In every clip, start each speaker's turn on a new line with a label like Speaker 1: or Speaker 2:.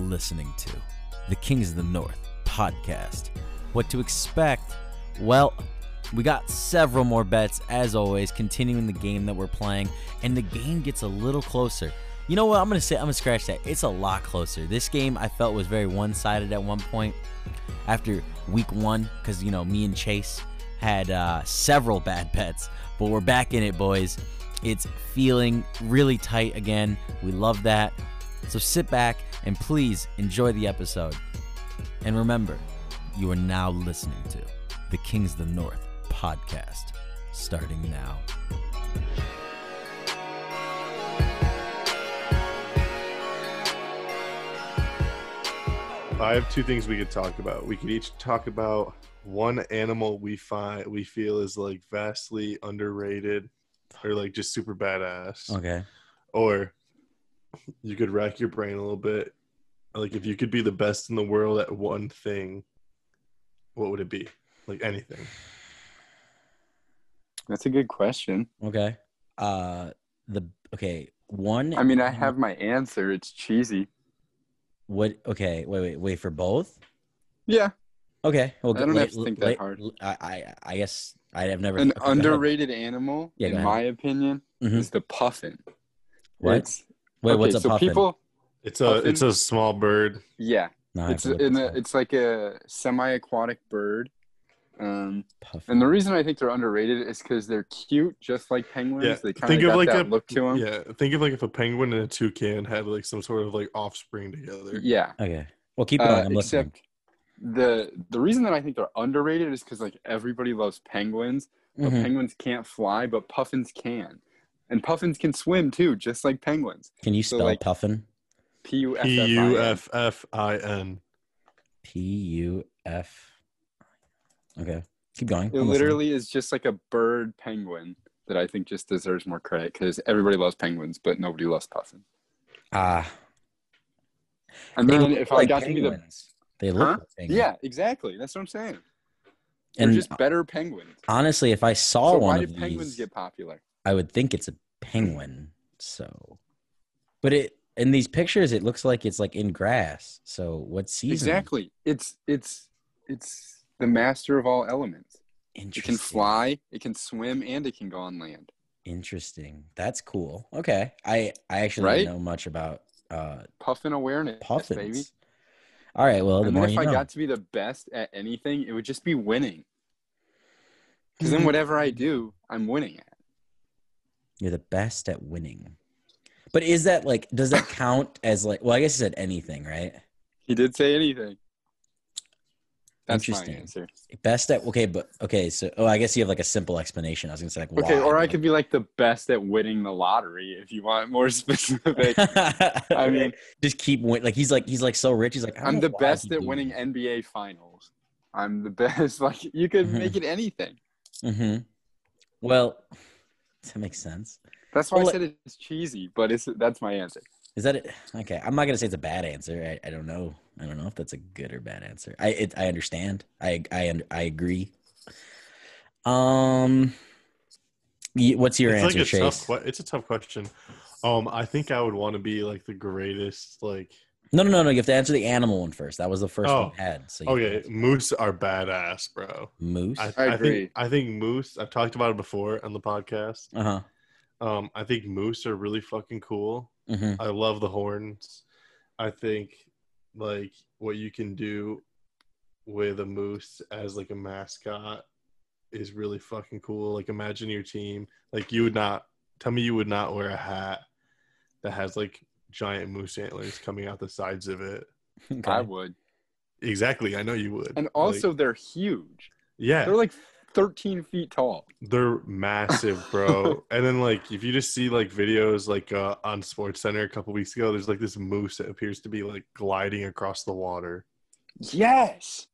Speaker 1: listening to the Kings of the North podcast. What to expect? Well, we got several more bets, as always, continuing the game that we're playing, and the game gets a little closer. You know what? I'm gonna say I'm gonna scratch that. It's a lot closer. This game I felt was very one-sided at one point after week one, because you know me and Chase had uh, several bad bets, but we're back in it, boys. It's feeling really tight again. We love that. So sit back and please enjoy the episode. And remember, you are now listening to the Kings of the North podcast, starting now.
Speaker 2: I have two things we could talk about. We could each talk about one animal we find we feel is like vastly underrated or like just super badass.
Speaker 1: Okay.
Speaker 2: Or you could rack your brain a little bit. Like if you could be the best in the world at one thing, what would it be? Like anything.
Speaker 3: That's a good question.
Speaker 1: Okay. Uh, the okay one.
Speaker 3: I mean, I have my answer. It's cheesy.
Speaker 1: what? Okay, wait, wait, wait for both.
Speaker 3: Yeah,
Speaker 1: Okay. Well,
Speaker 3: I don't
Speaker 1: la-
Speaker 3: have to think that
Speaker 1: la-
Speaker 3: hard.
Speaker 1: I, I, I guess I have never
Speaker 3: an
Speaker 1: okay, go ahead.
Speaker 3: underrated animal,
Speaker 1: Yeah, go
Speaker 3: in
Speaker 1: ahead.
Speaker 3: my opinion,
Speaker 1: Mhm.
Speaker 3: is the puffin.
Speaker 1: What?
Speaker 3: It's-
Speaker 1: Wait,
Speaker 3: okay,
Speaker 1: what's a
Speaker 3: so
Speaker 1: puffin?
Speaker 3: people?
Speaker 2: It's a
Speaker 3: Puffin?
Speaker 2: it's a small bird.
Speaker 3: Yeah,
Speaker 1: No, I have
Speaker 3: it's
Speaker 1: to look
Speaker 3: in
Speaker 1: this
Speaker 3: a,
Speaker 1: up.
Speaker 3: it's like a semi-aquatic bird. Um,
Speaker 1: puffin.
Speaker 3: and the reason I think they're underrated is because they're cute, just like penguins.
Speaker 2: Yeah,
Speaker 3: They kind
Speaker 2: think
Speaker 3: of
Speaker 2: of
Speaker 3: got
Speaker 2: like
Speaker 3: that
Speaker 2: a-
Speaker 3: look to them.
Speaker 2: Yeah. Think of like if a penguin and a toucan had like some sort of like offspring together.
Speaker 3: yeah.
Speaker 1: Okay. Well, keep it
Speaker 3: Uh,
Speaker 1: on. I'm listening.
Speaker 3: except the the reason that I think they're underrated is because like everybody loves penguins, but
Speaker 1: Mhm.
Speaker 3: penguins can't fly, but puffins can, and puffins can swim too, just like penguins.
Speaker 1: Can you
Speaker 3: so,
Speaker 1: spell
Speaker 3: like-
Speaker 1: puffin?
Speaker 3: P U F F I
Speaker 2: P
Speaker 3: N.
Speaker 2: U F F I N.
Speaker 1: P U F. Okay. Keep going.
Speaker 3: It
Speaker 1: I'm listening.
Speaker 3: literally is just like a bird penguin that I think just deserves more credit because everybody loves penguins, but nobody loves puffins.
Speaker 1: Ah.
Speaker 3: And
Speaker 1: they
Speaker 3: then
Speaker 1: look
Speaker 3: if I
Speaker 1: like
Speaker 3: got to be
Speaker 1: penguins. They look
Speaker 3: Huh?
Speaker 1: like
Speaker 3: the
Speaker 1: penguins.
Speaker 3: yeah, exactly. That's what I'm saying. They're
Speaker 1: And
Speaker 3: just better penguins.
Speaker 1: honestly, if I saw
Speaker 3: so why
Speaker 1: one
Speaker 3: did
Speaker 1: of
Speaker 3: penguins
Speaker 1: these,
Speaker 3: get popular?
Speaker 1: I would think it's a penguin. So, but it in these pictures, it looks like it's like in grass. So what season?
Speaker 3: Exactly. It's it's it's the master of all elements. It
Speaker 1: Interesting.
Speaker 3: can fly, it can swim, and it can go on land.
Speaker 1: Interesting. That's cool. Okay. I I actually
Speaker 3: Right?
Speaker 1: don't know much about uh
Speaker 3: Puffin awareness,
Speaker 1: puffins.
Speaker 3: baby.
Speaker 1: All right. Well, the
Speaker 3: and
Speaker 1: more
Speaker 3: then if
Speaker 1: you
Speaker 3: I
Speaker 1: know.
Speaker 3: got to be the best at anything, it would just be winning. Because
Speaker 1: Mm-hmm.
Speaker 3: then whatever I do, I'm winning at.
Speaker 1: You're the best at winning. But is that like does that count as like well I guess you said anything, right?
Speaker 3: He did say anything. That's my
Speaker 1: Interesting.
Speaker 3: answer.
Speaker 1: Best at okay, but okay, so oh I guess you have like a simple explanation. I was gonna say like
Speaker 3: Okay,
Speaker 1: why,
Speaker 3: or I
Speaker 1: but-
Speaker 3: could be like the best at winning the lottery if you want more specific. I mean-
Speaker 1: just keep win like he's like he's like so rich, he's like I don't
Speaker 3: I'm
Speaker 1: know
Speaker 3: the
Speaker 1: why I
Speaker 3: best
Speaker 1: keep
Speaker 3: at
Speaker 1: doing
Speaker 3: winning
Speaker 1: this.
Speaker 3: NBA finals. I'm the best. Like you could
Speaker 1: Mhm.
Speaker 3: make it anything.
Speaker 1: Mm-hmm. Well, does that make sense?
Speaker 3: That's why
Speaker 1: Well,
Speaker 3: I said it's cheesy, but it's that's my answer.
Speaker 1: Is that it? Okay, I'm not gonna say it's a bad answer. I, I don't know. I don't know if that's a good or bad answer. I it, I understand. I I und- I agree. Um, y- what's your
Speaker 2: it's
Speaker 1: answer,
Speaker 2: like a
Speaker 1: Chase?
Speaker 2: tough que- it's a tough question. Um I think I would want to be like the greatest like
Speaker 1: no, no, no, no. You have to answer the animal one first. That was the first
Speaker 2: Oh,
Speaker 1: one I had. So you
Speaker 2: Okay,
Speaker 1: have to-
Speaker 2: moose are badass, bro.
Speaker 1: moose.
Speaker 2: I,
Speaker 3: I
Speaker 2: think
Speaker 3: agree.
Speaker 2: I think moose. I've talked about it before on the podcast.
Speaker 1: Uh huh.
Speaker 2: Um, I think moose are really fucking cool.
Speaker 1: hmm
Speaker 2: I love the horns. I think like what you can do with a moose as like a mascot is really fucking cool. Like imagine your team. Like you would not tell me you would not wear a hat that has like giant moose antlers coming out the sides of it.
Speaker 1: Okay.
Speaker 3: I would.
Speaker 2: Exactly, I know you would.
Speaker 3: And
Speaker 2: Like,
Speaker 3: also they're huge.
Speaker 2: yeah,
Speaker 3: They're like 13 feet tall.
Speaker 2: They're massive, bro. and then like if you just see like videos like uh, on Sports Center a couple weeks ago, there's like this moose that appears to be like gliding across the water.
Speaker 3: Yes.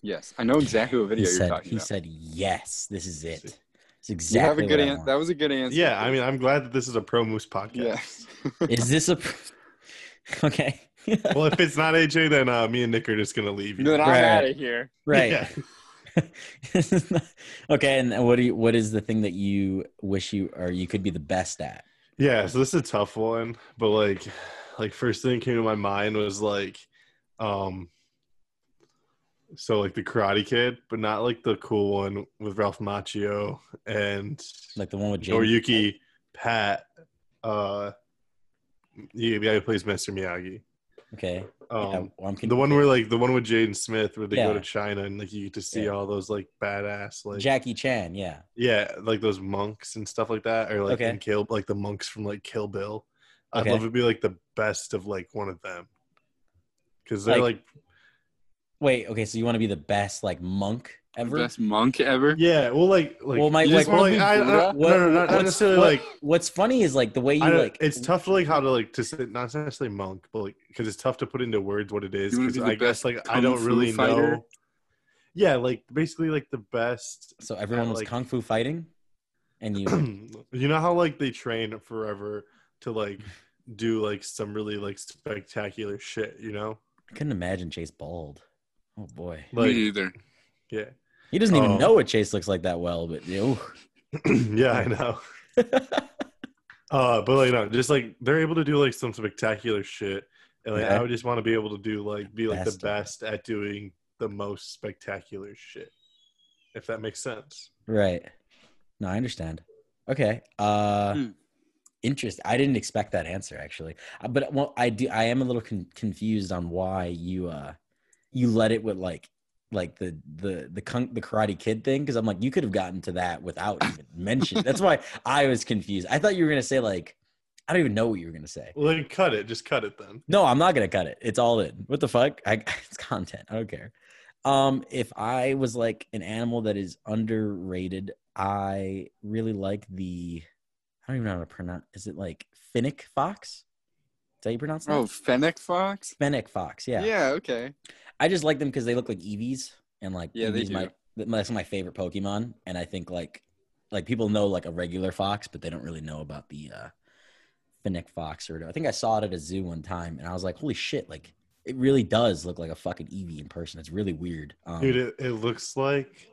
Speaker 3: Yes, I know exactly what
Speaker 1: he
Speaker 3: video you're
Speaker 1: said.
Speaker 3: talking
Speaker 1: He
Speaker 3: about.
Speaker 1: said yes. This is it.
Speaker 2: See.
Speaker 1: It's exactly.
Speaker 3: you have a good
Speaker 1: what I
Speaker 3: answer.
Speaker 1: want.
Speaker 3: That was a good answer.
Speaker 2: Yeah, I mean I'm glad that this is a pro moose podcast.
Speaker 3: yes.
Speaker 1: Is this a? okay.
Speaker 2: well, if it's not AJ, then uh, me and Nick are just gonna leave you.
Speaker 3: then I'm
Speaker 1: Right.
Speaker 3: out of here.
Speaker 1: right.
Speaker 2: Yeah.
Speaker 1: okay, and what do you, what is the thing that you wish you or you could be the best at?
Speaker 2: Yeah, so this is a tough one, but like, like first thing that came to my mind was like Um, so like the Karate Kid, but not like the cool one with Ralph Macchio and
Speaker 1: Like the one with James.
Speaker 2: Noriyuki Pat. Uh, yeah, the guy who plays Mr. Miyagi.
Speaker 1: Okay.
Speaker 2: Um,
Speaker 1: yeah, well, I'm
Speaker 2: the one where like the one with Jaden Smith where they go
Speaker 1: Yeah.
Speaker 2: to China and like you get to see
Speaker 1: Yeah.
Speaker 2: all those like badass like
Speaker 1: Jackie Chan. Yeah.
Speaker 2: yeah like those monks and stuff like that or like
Speaker 1: Okay.
Speaker 2: in Kill like the monks from like Kill Bill. I'd
Speaker 1: Okay.
Speaker 2: love to be like the best of like one of them because they're
Speaker 1: Like-
Speaker 2: like,
Speaker 1: Wait. Okay. So you want to be the best like monk ever?
Speaker 3: Best monk ever.
Speaker 2: yeah well like like
Speaker 1: Well, my-
Speaker 2: you just
Speaker 1: like-
Speaker 2: wanna be
Speaker 3: I- I-
Speaker 2: Buddha.
Speaker 1: What-
Speaker 2: no no not, not
Speaker 1: what's-
Speaker 2: necessarily
Speaker 1: what-
Speaker 2: like
Speaker 1: What's funny is like the way you
Speaker 2: I don't,
Speaker 1: like.
Speaker 2: it's tough to like how to like to say not necessarily monk but like because it's tough to put into words what it is
Speaker 3: You wanna
Speaker 2: because
Speaker 3: be the
Speaker 2: I guess
Speaker 3: best
Speaker 2: like I
Speaker 3: kung
Speaker 2: don't
Speaker 3: fu
Speaker 2: really
Speaker 3: fighter?
Speaker 2: know. Yeah, like basically like the best
Speaker 1: So everyone was
Speaker 2: like-
Speaker 1: kung fu fighting, and you.
Speaker 2: you know how like they train forever to like do like some really like spectacular shit, you know?
Speaker 1: I couldn't imagine Chase bald. Oh boy,
Speaker 3: Me
Speaker 2: Like
Speaker 3: either.
Speaker 2: yeah.
Speaker 1: he doesn't even
Speaker 2: Oh.
Speaker 1: know what Chase looks like that well. But you.
Speaker 2: yeah, I know. Uh but like no, just like they're able to do like some spectacular shit. And like
Speaker 1: Okay.
Speaker 2: I would just want to be able to do like be like
Speaker 1: Best.
Speaker 2: the best at doing the most spectacular shit. If that makes sense.
Speaker 1: right. No, I understand. Okay. Uh,
Speaker 3: Hmm.
Speaker 1: interest. I didn't expect that answer actually, Uh, but well, I do. I am a little con- confused on why you uh, you let it with like like the the the kung, the Karate Kid thing because I'm like you could have gotten to that without even mentioning. That's why I was confused. I thought you were gonna say like I don't even know what you were gonna say.
Speaker 2: Well then cut it, just cut it then.
Speaker 1: No, I'm not gonna cut it. It's all in. What the fuck? I, it's content. I don't care. Um, if I was like an animal that is underrated, I really like the. I don't even know how to pronounce. Is it like finnick fox? Is that how you pronounce it?
Speaker 3: Oh, fennec fox.
Speaker 1: finnick fox. Yeah.
Speaker 3: okay.
Speaker 1: I just like them because they look like Eevees and like
Speaker 3: Yeah, they
Speaker 1: Eevee's my
Speaker 3: do.
Speaker 1: th- that's my favorite Pokemon. And I think like like people know like a regular fox, but they don't really know about the uh Finnick fox or I think I saw it at a zoo one time and I was like, holy shit, like it really does look like a fucking Eevee in person. It's really weird. Um,
Speaker 2: Dude, it, it looks like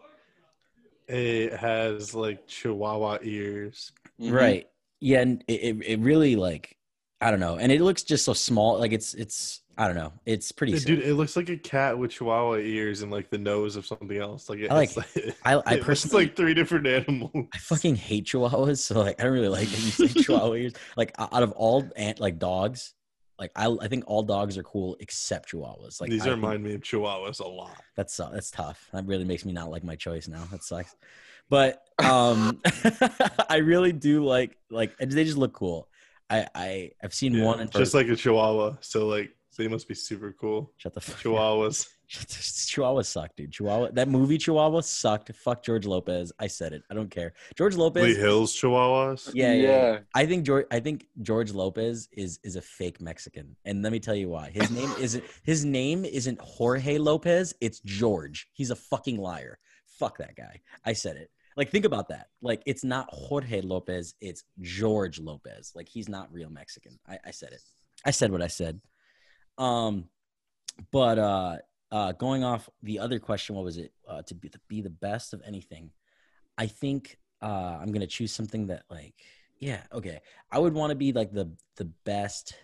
Speaker 2: it has like chihuahua ears.
Speaker 3: Mhm.
Speaker 1: Right. Yeah, and it, it it really like I don't know. And it looks just so small. Like it's it's I don't know. It's pretty sick.
Speaker 2: Dude, it looks like a cat with chihuahua ears and like the nose of something else. Like, it,
Speaker 1: I
Speaker 2: it's like
Speaker 1: I I
Speaker 2: it looks
Speaker 1: personally
Speaker 2: like three different animals.
Speaker 1: I fucking hate chihuahuas, so like I don't really like that you say chihuahua ears. Like o- out of all ant like dogs, like I I think all dogs are cool except chihuahuas. Like
Speaker 2: These
Speaker 1: I
Speaker 2: are
Speaker 1: think
Speaker 2: remind me of chihuahuas a lot.
Speaker 1: That's su- that's tough. That really makes me not like my choice now. That sucks. But um, I really do like like and they just look cool. I I I've seen
Speaker 2: Yeah,
Speaker 1: one in
Speaker 2: just
Speaker 1: person.
Speaker 2: like a chihuahua. So like they must be super cool.
Speaker 1: shut the fuck up.
Speaker 2: Chihuahuas.
Speaker 1: Chihuahua sucked, dude. Chihuahua. That movie Chihuahua sucked. Fuck George Lopez. I said it. I don't care. George Lopez.
Speaker 2: Lee Hills chihuahuas.
Speaker 1: Yeah, yeah, yeah. I think George. I think George Lopez is is a fake Mexican, and let me tell you why. His name isn't his name isn't Jorge Lopez. It's George. He's a fucking liar. Fuck that guy. I said it. Like think about that. Like it's not Jorge Lopez. It's George Lopez. Like he's not real Mexican. I, I said it. I said what I said. Um, but uh, uh, going off the other question, what was it? Uh, to be to be the best of anything, I think uh, I'm gonna choose something that like yeah okay. I would want to be like the the best.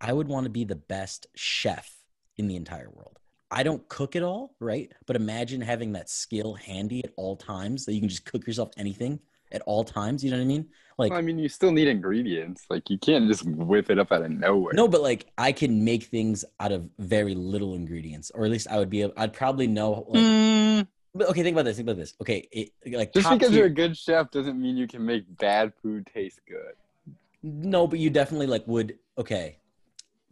Speaker 1: I would want to be the best chef in the entire world. I don't cook at all, right? But imagine having that skill handy at all times that you can just cook yourself anything at all times. You know what I mean? Like
Speaker 3: Well, I mean, you still need ingredients. Like, you can't just whip it up out of nowhere.
Speaker 1: No, but like I can make things out of very little ingredients, or at least I would be. able- I'd probably know. Like,
Speaker 3: Mm,
Speaker 1: but okay, think about this. Think about this. Okay, it, like
Speaker 3: just
Speaker 1: top
Speaker 3: because
Speaker 1: tier-
Speaker 3: you're a good chef doesn't mean you can make bad food taste good.
Speaker 1: no, but you definitely like would. Okay,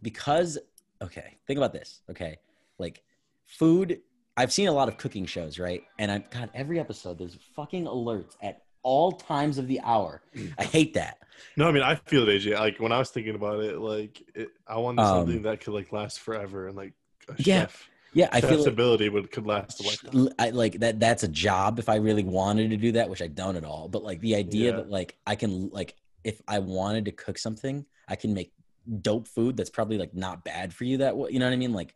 Speaker 1: because okay, think about this. Okay, like food. I've seen a lot of cooking shows, right? And I'm God. Every episode, there's fucking alerts at all times of the hour. I hate that.
Speaker 2: No, I mean I feel it, AJ. Like when I was thinking about it, like it, I wanted
Speaker 1: Um,
Speaker 2: something that could like last forever and like a
Speaker 1: Yeah,
Speaker 2: chef.
Speaker 1: Yeah, I
Speaker 2: chef's
Speaker 1: feel like
Speaker 2: ability would could last a lifetime.
Speaker 1: L- I, like that that's a job if i really wanted to do that which i don't at all but like the idea
Speaker 2: Yeah.
Speaker 1: that like i can like if i wanted to cook something i can make dope food that's probably like not bad for you that way you know what i mean like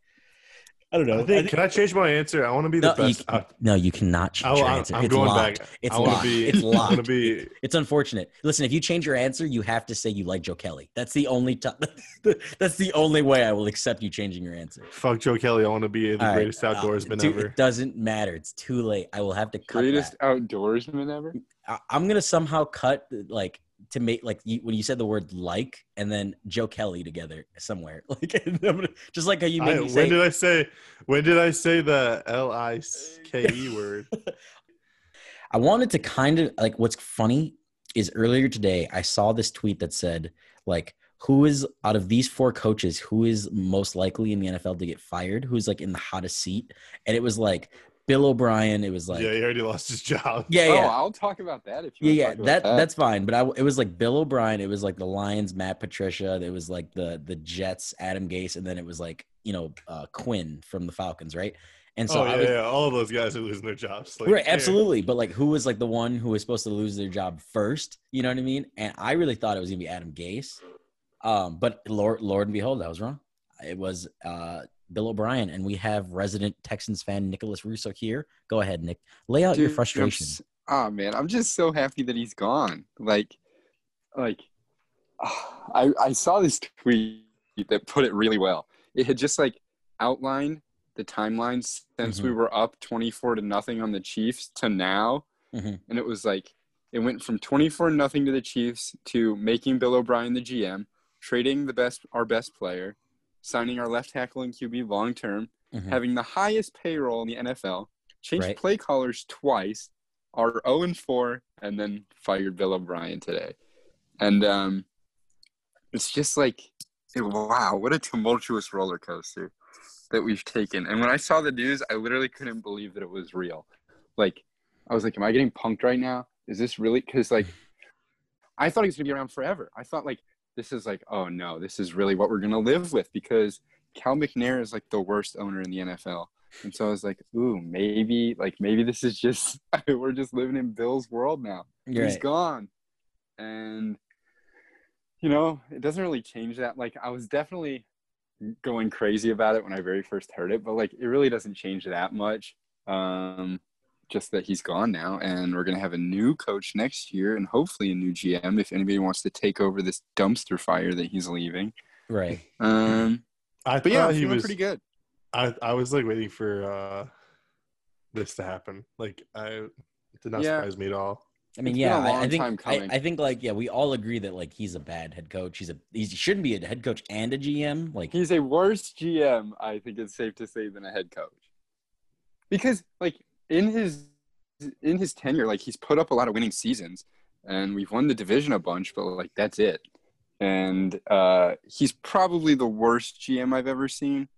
Speaker 4: I don't know.
Speaker 2: I think, can I change my answer? I want to be the
Speaker 1: No, you,
Speaker 2: best. I,
Speaker 1: no, you cannot
Speaker 2: I,
Speaker 1: change your
Speaker 2: am
Speaker 1: answer.
Speaker 2: I'm
Speaker 1: it's
Speaker 2: going
Speaker 1: locked.
Speaker 2: back.
Speaker 1: It's
Speaker 2: I
Speaker 1: locked.
Speaker 2: want to be.
Speaker 1: it's
Speaker 2: I want
Speaker 1: locked.
Speaker 2: to be.
Speaker 1: It's unfortunate. Listen, if you change your answer, you have to say you like Joe Kelly. That's the only time. that's the only way I will accept you changing your answer.
Speaker 2: Fuck Joe Kelly. I want to be the
Speaker 1: All right,
Speaker 2: greatest
Speaker 1: uh,
Speaker 2: outdoorsman
Speaker 1: dude,
Speaker 2: ever.
Speaker 1: It doesn't matter. It's too late. I will have to cut
Speaker 3: Greatest
Speaker 1: that.
Speaker 3: outdoorsman ever.
Speaker 1: I, I'm gonna somehow cut like to make like you, when you said the word like and then Joe Kelly together somewhere. Like I'm gonna, just like how you made
Speaker 2: I-
Speaker 1: me
Speaker 2: when
Speaker 1: say.
Speaker 2: did I say? When did I say the L I K E word?
Speaker 1: I wanted to kind of like what's funny is earlier today I saw this tweet that said like who is out of these four coaches who is most likely in the NFL to get fired who's like in the hottest seat and it was like Bill O'Brien it was like
Speaker 2: yeah,
Speaker 1: yeah
Speaker 2: he already lost his job.
Speaker 1: yeah
Speaker 3: Oh,
Speaker 1: yeah,
Speaker 3: I'll talk about that if you.
Speaker 1: yeah,
Speaker 3: wanna
Speaker 1: yeah
Speaker 3: talk about
Speaker 1: that that's fine but I it was like Bill O'Brien it was like the Lions Matt Patricia it was like the the Jets Adam Gase and then it was like you know uh, Quinn from the Falcons right and so
Speaker 2: oh yeah,
Speaker 1: I was,
Speaker 2: yeah, all of those guys are losing their jobs. Like,
Speaker 1: right,
Speaker 2: yeah.
Speaker 1: absolutely. But like, who was like the one who was supposed to lose their job first? You know what I mean? And I really thought it was gonna be Adam Gase, um, but Lord, Lord and behold, I was wrong. It was uh, Bill O'Brien, and we have resident Texans fan Nicholas Russo here. Go ahead, Nick. Lay out your
Speaker 3: Dude, I'm
Speaker 1: frustration.
Speaker 3: s- Ah man, I'm just so happy that he's gone. Like, like, ah, I I saw this tweet that put it really well. It had just like outlined the timeline since
Speaker 1: Mm-hmm.
Speaker 3: we were up 24 to nothing on the Chiefs to now,
Speaker 1: Mhm.
Speaker 3: and it was like it went from 24 nothing to the Chiefs to making Bill O'Brien the GM, trading the best our best player, signing our left tackle and QB long term,
Speaker 1: Mhm.
Speaker 3: having the highest payroll in the NFL, changed
Speaker 1: Right.
Speaker 3: play callers twice, are 0 and 4, and then fired Bill O'Brien today. And um, it's just like, wow, what a tumultuous roller coaster that we've taken. And when I saw the news, I literally couldn't believe that it was real. Like, I was like, am I getting punked right now? Is this really? Because, like, I thought he was going to be around forever. I thought, like, this is like, oh no, this is really what we're going to live with because Cal McNair is like the worst owner in the NFL. And so I was like, ooh, maybe like maybe this is just we're just living in Bill's world now.
Speaker 1: You're
Speaker 3: He's
Speaker 1: right.
Speaker 3: gone. And you know, it doesn't really change that. Like I was definitely going crazy about it when I very first heard it, but like it really doesn't change that much. Um just that he's gone now and we're going to have a new coach next year and hopefully a new GM if anybody wants to take over this dumpster fire that he's leaving.
Speaker 1: Right.
Speaker 3: Um
Speaker 2: I
Speaker 3: but yeah,
Speaker 2: thought
Speaker 3: I'm
Speaker 2: Uh, he
Speaker 3: feeling
Speaker 2: was.
Speaker 3: pretty good.
Speaker 2: I I was like waiting for uh this to happen. Like I it did not
Speaker 3: Yeah.
Speaker 2: surprise me at all.
Speaker 1: I mean,
Speaker 3: It's been
Speaker 1: yeah,
Speaker 3: a
Speaker 1: I- I
Speaker 3: long time
Speaker 1: think I,
Speaker 3: coming.
Speaker 1: I think like yeah, we all agree that like he's a bad head coach. He's a he's, he shouldn't be a head coach and a GM. Like
Speaker 3: He's a worse GM, I think it's safe to say, than a head coach. Because like in his in his tenure, like he's put up a lot of winning seasons and we've won the division a bunch, but like that's it. And uh, he's probably the worst GM I've ever seen.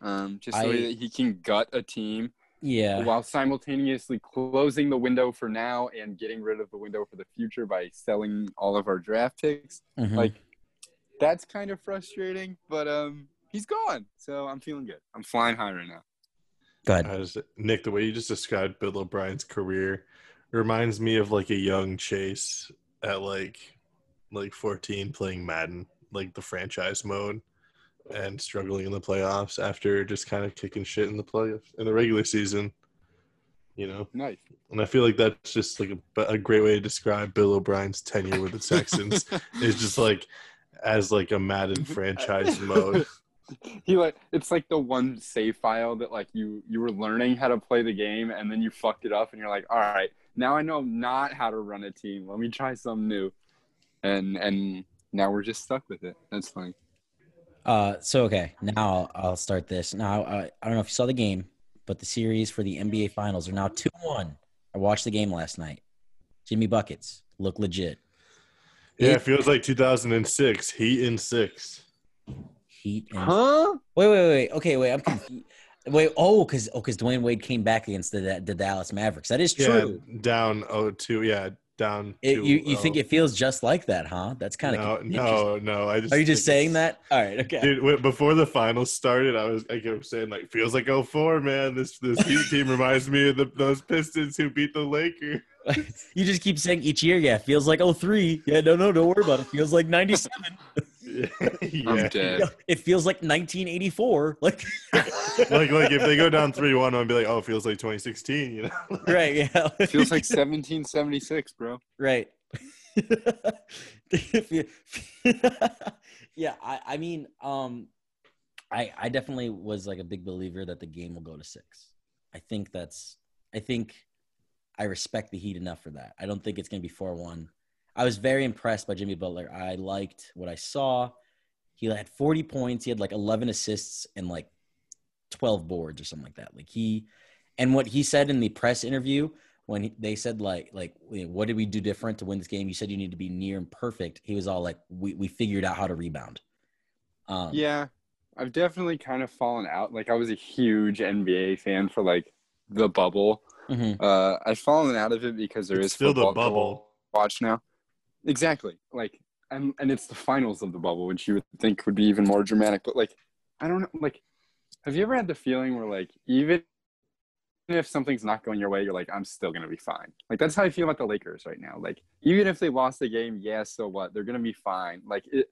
Speaker 3: Um, just the way
Speaker 1: I-
Speaker 3: that he can gut a team
Speaker 1: yeah,
Speaker 3: while simultaneously closing the window for now and getting rid of the window for the future by selling all of our draft picks
Speaker 1: Mhm.
Speaker 3: like that's kind of frustrating but um he's gone so i'm feeling good i'm flying high right now
Speaker 1: go ahead.
Speaker 2: I just Nick, the way you just described Bill O'Brien's career reminds me of like a young Chase at like like 14 playing Madden, like the franchise mode, and struggling in the playoffs after just kind of kicking shit in the play in the regular season. You know,
Speaker 3: nice
Speaker 2: and I feel like that's just like a, a great way to describe Bill O'Brien's tenure with the Texans. It's just like as like a Madden franchise mode.
Speaker 3: he like it's like the one save file that like you you were learning how to play the game and then you fucked it up and you're like all right now i know not how to run a team let me try something new and and now we're just stuck with it that's funny
Speaker 1: Uh, so okay, now I'll, I'll start this. Now uh, I don't know if you saw the game, but the series for the NBA Finals are now two one. I watched the game last night. Jimmy buckets look legit.
Speaker 2: Yeah, it feels like 2006, Heat in six.
Speaker 1: Heat. And-
Speaker 3: huh
Speaker 1: Wait, wait, wait. Okay, wait. I'm confused. Wait. Oh, because oh, because Dwayne Wade came back against the the Dallas Mavericks. That is true.
Speaker 2: Yeah, down 0-2. Yeah, down.
Speaker 1: It, you you
Speaker 2: 2-0.
Speaker 1: think it feels just like that, huh? That's kind
Speaker 2: oh. no,
Speaker 1: of
Speaker 2: no, no. I just
Speaker 1: Are you just
Speaker 2: think
Speaker 1: saying that? All right. Okay.
Speaker 2: it's- Dude, when- before the finals started, I was I kept saying like, feels like 04, man. This this Heat team reminds me of the, those Pistons who beat the Lakers.
Speaker 1: you just keep saying each year. Yeah, feels like oh three. Yeah. No, no. Don't worry about it. Feels like ninety seven.
Speaker 2: yeah.
Speaker 3: I'm dead.
Speaker 1: Yeah, it feels like 1984. Like,
Speaker 2: like like if they go down three one, I'd be like, oh, it feels like 2016. You know,
Speaker 1: right? Yeah,
Speaker 3: Feels like 1776, bro.
Speaker 1: right. If you- yeah, I, I mean, um, I I definitely was like a big believer that the game will go to six. I think that's I think I respect the Heat enough for that. I don't think it's gonna be four one. I was very impressed by Jimmy Butler. I liked what I saw. He had 40 points. He had like 11 assists and like 12 boards or something like that. Like he, and what he said in the press interview when he, they said like like you know, what did we do different to win this game? You said you need to be near and perfect. He was all like, we we figured out how to rebound. Um,
Speaker 3: Yeah, I've definitely kind of fallen out. Like I was a huge NBA fan for like the bubble.
Speaker 1: mhm.
Speaker 3: Uh, I've fallen out of it because there is
Speaker 2: it's still the
Speaker 3: football to
Speaker 2: bubble.
Speaker 3: watch now. Exactly. Like and and it's the finals of the bubble, which you would think would be even more dramatic. But like, I don't know. Like, have you ever had the feeling where like even if something's not going your way, you're like, I'm still gonna be fine. Like that's how I feel about the Lakers right now. Like even if they lost the game, yeah, so what? They're gonna be fine. Like, it,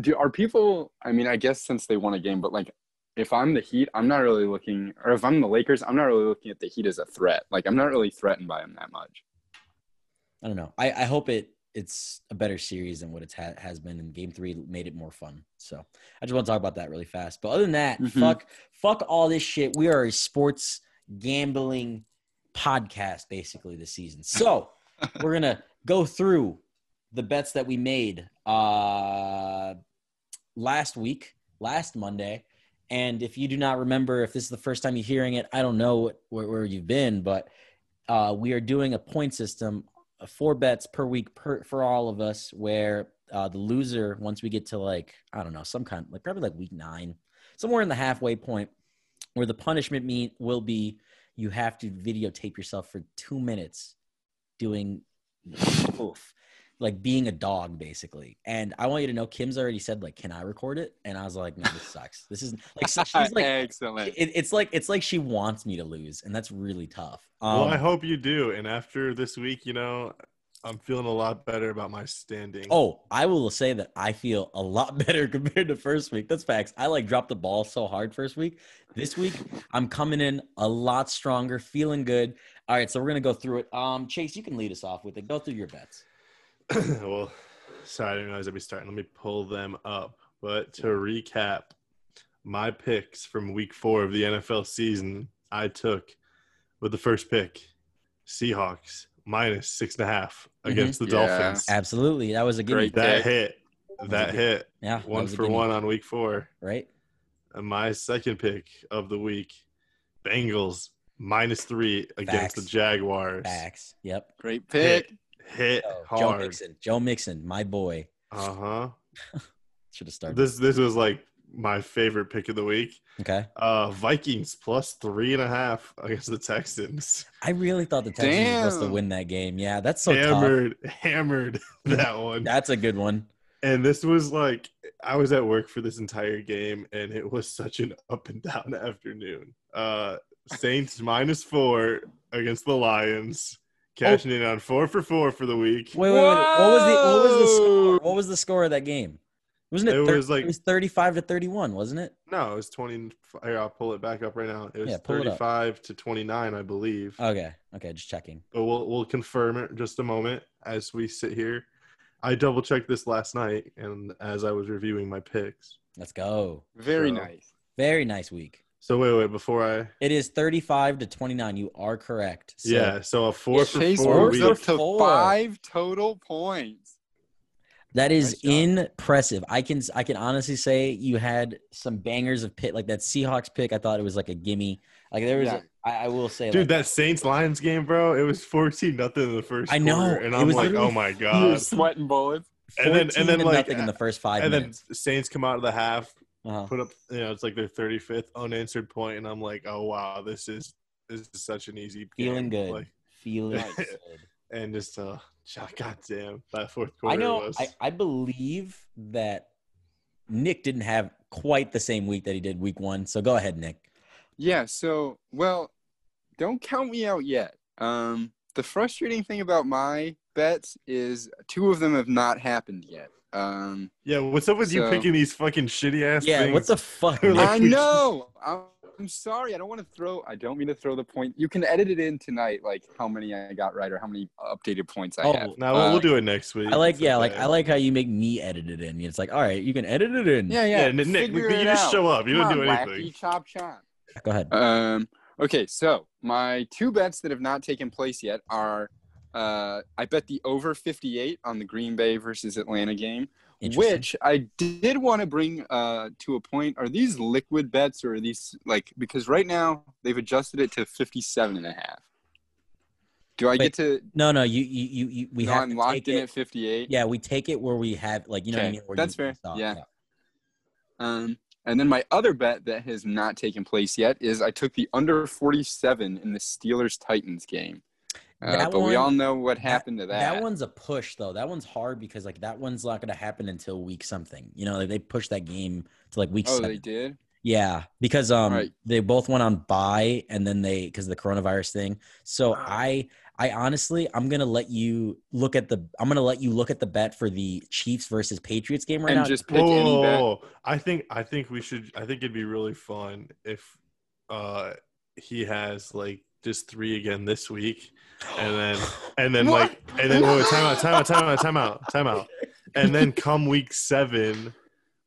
Speaker 3: do are people? I mean, I guess since they won a game, but like. If I'm the Heat, I'm not really looking, or if I'm the Lakers, I'm not really looking at the Heat as a threat. Like, I'm not really threatened by them that much.
Speaker 1: I don't know. I, I hope it it's a better series than what it ha- has been. And Game Three made it more fun. So I just want to talk about that really fast. But other than that,
Speaker 3: Mhm.
Speaker 1: fuck fuck all this shit. We are a sports gambling podcast basically this season. So we're gonna go through the bets that we made uh, last week, last Monday. And if you do not remember, if this is the first time you're hearing it, I don't know what, where, where you've been, but uh, we are doing a point system, uh, four bets per week per, for all of us, where uh, the loser, once we get to like, I don't know, some kind, like probably like week nine, somewhere in the halfway point, where the punishment mean, will be you have to videotape yourself for two minutes doing oof, like being a dog basically. And I want you to know, Kim's already said like, can I record it? And I was like, no, this sucks. This is like, so she's like,
Speaker 3: Excellent.
Speaker 1: it, it's like it's like she wants me to lose, and that's really tough. Um,
Speaker 2: well, I hope you do. And after this week, you know, I'm feeling a lot better about my standing.
Speaker 1: oh, I will say that I feel a lot better compared to first week. That's facts. I like dropped the ball so hard first week. This week, I'm coming in a lot stronger, feeling good. All right, so we're gonna go through it. Um, Chase, you can lead us off with it. Go through your bets.
Speaker 2: well, sorry, I didn't realize I'd be starting. Let me pull them up. But to recap, my picks from week four of the NFL season, I took with the first pick Seahawks minus six and a half against the
Speaker 3: Yeah.
Speaker 2: Dolphins.
Speaker 1: Absolutely, that was a good.
Speaker 3: Great.
Speaker 2: That
Speaker 3: pick.
Speaker 2: hit.
Speaker 1: was a
Speaker 2: That
Speaker 1: good-
Speaker 2: hit.
Speaker 1: Yeah, that
Speaker 2: One
Speaker 1: was a
Speaker 2: for
Speaker 1: gimme,
Speaker 2: one on week four.
Speaker 1: right?
Speaker 2: And my second pick of the week Bengals minus three against the
Speaker 1: Facts.
Speaker 2: Jaguars.
Speaker 1: Facts. Yep.
Speaker 3: Great
Speaker 2: Hit,
Speaker 3: pick.
Speaker 2: hit
Speaker 1: Oh, Joe
Speaker 2: hard.
Speaker 1: Mixon. Joe Mixon, my boy,
Speaker 2: Uh huh.
Speaker 1: should have started.
Speaker 2: This this was like my favorite pick of the week.
Speaker 1: okay.
Speaker 2: Uh Vikings plus three and a half against the Texans.
Speaker 1: I really thought the Texans were supposed to
Speaker 3: Damn.
Speaker 1: win that game. Yeah, that's so tough.
Speaker 2: hammered, hammered that one.
Speaker 1: That's a good one.
Speaker 2: And this was like I was at work for this entire game, and it was such an up and down afternoon. Uh Saints minus four against the Lions, cashing in on four for four for the week.
Speaker 1: Wait, wait, wait. Oh. What was the what was the score?
Speaker 3: Whoa!
Speaker 1: What was the score of that game? Wasn't it?
Speaker 2: It
Speaker 1: thir-
Speaker 2: was like-
Speaker 1: it was thirty-five to thirty-one, wasn't it?
Speaker 2: No, it was twenty. Here, I'll pull it back up right now. It was
Speaker 1: Yeah, pull it up.
Speaker 2: thirty-five to twenty-nine, I believe.
Speaker 1: Okay, okay, just checking.
Speaker 2: but we'll we'll confirm it in just a moment as we sit here. I double checked this last night, and as I was reviewing my picks.
Speaker 1: Let's go.
Speaker 3: Very
Speaker 2: So-
Speaker 3: nice.
Speaker 1: Very nice week.
Speaker 2: So wait, wait, before I
Speaker 1: It is thirty-five to twenty-nine. You are correct. So
Speaker 2: yeah, so a four for
Speaker 3: Chase
Speaker 2: four
Speaker 1: Orzo-
Speaker 2: week.
Speaker 3: works up to
Speaker 1: Four.
Speaker 3: five total points.
Speaker 1: that is
Speaker 3: Nice job.
Speaker 1: impressive. I can I can honestly say you had some bangers of pit like that Seahawks pick. I thought it was like a gimme. Like there was,
Speaker 3: Yeah.
Speaker 1: a, I, I will say,
Speaker 2: Dude,
Speaker 1: like,
Speaker 2: that Saints Lions game, bro, it was fourteen nothing in the first.
Speaker 1: I know,
Speaker 2: quarter, and
Speaker 1: it
Speaker 2: I'm
Speaker 1: was
Speaker 2: like,
Speaker 1: literally
Speaker 2: oh my
Speaker 3: You were
Speaker 2: god.
Speaker 3: sweating bullets.
Speaker 2: and then- and
Speaker 1: 14
Speaker 2: then, like,
Speaker 1: nothing in the first five
Speaker 2: And then
Speaker 1: minutes.
Speaker 2: Saints come out of the half,
Speaker 1: uh-huh.
Speaker 2: put up, you know, it's like their thirty fifth unanswered point, and I'm like, oh wow, this is this is such an easy game.
Speaker 1: Feeling good.
Speaker 2: Like,
Speaker 1: Feeling
Speaker 2: Nice.
Speaker 1: good.
Speaker 2: and just uh, goddamn, that fourth
Speaker 1: I
Speaker 2: quarter
Speaker 1: know.
Speaker 2: was.
Speaker 1: I, I believe that Nick didn't have quite the same week that he did week one. So go ahead, Nick.
Speaker 3: Yeah, so well, don't count me out yet. Um the frustrating thing about my bets is two of them have not happened yet. Um,
Speaker 2: Yeah, what's up with you
Speaker 3: So-
Speaker 2: picking these fucking shitty ass
Speaker 1: Yeah,
Speaker 2: things?
Speaker 1: what the fuck?
Speaker 2: We're
Speaker 1: man?
Speaker 2: like-
Speaker 3: I know. I'm, I'm sorry. I don't want to throw. I don't mean to throw the point. You can edit it in tonight, like how many I got right or how many updated points I
Speaker 1: Oh,
Speaker 3: have.
Speaker 2: No, we'll-
Speaker 3: Uh,
Speaker 2: we'll do it next week.
Speaker 1: I like
Speaker 2: It's
Speaker 1: yeah, like
Speaker 2: okay.
Speaker 1: I like how you make me edit it in. It's like, all right, you can edit it in.
Speaker 3: Yeah,
Speaker 2: Yeah,
Speaker 3: yeah.
Speaker 2: Nick, Nick,
Speaker 3: figure
Speaker 2: you
Speaker 3: it
Speaker 2: just
Speaker 3: out.
Speaker 2: show up. You
Speaker 3: Come
Speaker 2: don't do
Speaker 3: on,
Speaker 2: anything.
Speaker 3: wacky, chop chop.
Speaker 1: Go ahead.
Speaker 3: Um, okay, so my two bets that have not taken place yet are uh, I bet the over 58 on the Green Bay versus Atlanta game,
Speaker 1: Interesting.
Speaker 3: which I did want to bring uh, to a point. Are these liquid bets or are these like because right now they've adjusted it to 57 and a half? Do I
Speaker 1: Wait,
Speaker 3: get to?
Speaker 1: No, no, you you you, you we
Speaker 3: no,
Speaker 1: have
Speaker 3: I'm
Speaker 1: to
Speaker 3: locked
Speaker 1: take
Speaker 3: in
Speaker 1: it.
Speaker 3: at 58.
Speaker 1: Yeah, we take it where we have like you know what I
Speaker 3: Okay,
Speaker 1: mean. Where
Speaker 3: that's
Speaker 1: you
Speaker 3: fair.
Speaker 1: stop.
Speaker 3: Yeah. Um, and then my other bet that has not taken place yet is I took the under 47 in the Steelers Titans game. Uh,
Speaker 1: That
Speaker 3: but we
Speaker 1: one-
Speaker 3: all know what happened to that.
Speaker 1: That one's a push though. That one's hard because like that one's not going to happen until week something. You know, like, they pushed that game to like week
Speaker 3: Oh,
Speaker 1: seven.
Speaker 3: they did.
Speaker 1: Yeah, because um
Speaker 3: Right.
Speaker 1: they both went on buy and then they because of the coronavirus thing. So
Speaker 3: Ah.
Speaker 1: I I honestly I'm gonna let you look at the I'm gonna let you look at the bet for the Chiefs versus Patriots game right
Speaker 3: and
Speaker 1: now.
Speaker 3: just pick
Speaker 2: Whoa,
Speaker 3: any
Speaker 2: whoa,
Speaker 3: bet.
Speaker 2: whoa, whoa. Oh, I think I think we should. I think it'd be really fun if uh he has like just three again this week, and then and then
Speaker 3: What?
Speaker 2: like and then whoa, time out, time out, time out, time out, time out, and then come week seven.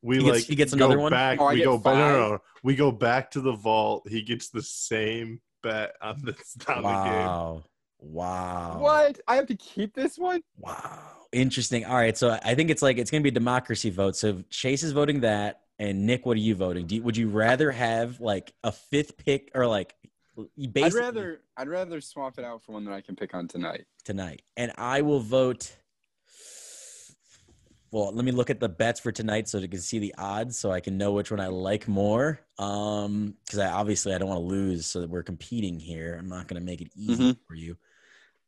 Speaker 2: We
Speaker 1: He gets-
Speaker 2: like
Speaker 1: he gets
Speaker 2: go
Speaker 1: another one?
Speaker 2: Back,
Speaker 3: Oh, I
Speaker 2: we
Speaker 3: get
Speaker 2: go back. No,
Speaker 3: five?
Speaker 2: no, no. we go back to the vault. He gets the same bet on the, on
Speaker 1: wow. Wow.
Speaker 3: What? I have to keep this one?
Speaker 1: Wow. Interesting. All right. So I think it's like it's gonna be a democracy vote. So Chase is voting that, and Nick, what are you voting? Do you, would you rather have like a fifth pick or like you
Speaker 3: I'd
Speaker 1: basically
Speaker 3: rather I'd rather swap it out for one that I can pick on tonight.
Speaker 1: tonight, and I will vote. Well, let me look at the bets for tonight so that you can see the odds, so I can know which one I like more. Um, because I obviously I don't want to lose, so that we're competing here. I'm not going to make it easy
Speaker 3: Mhm.
Speaker 1: for you.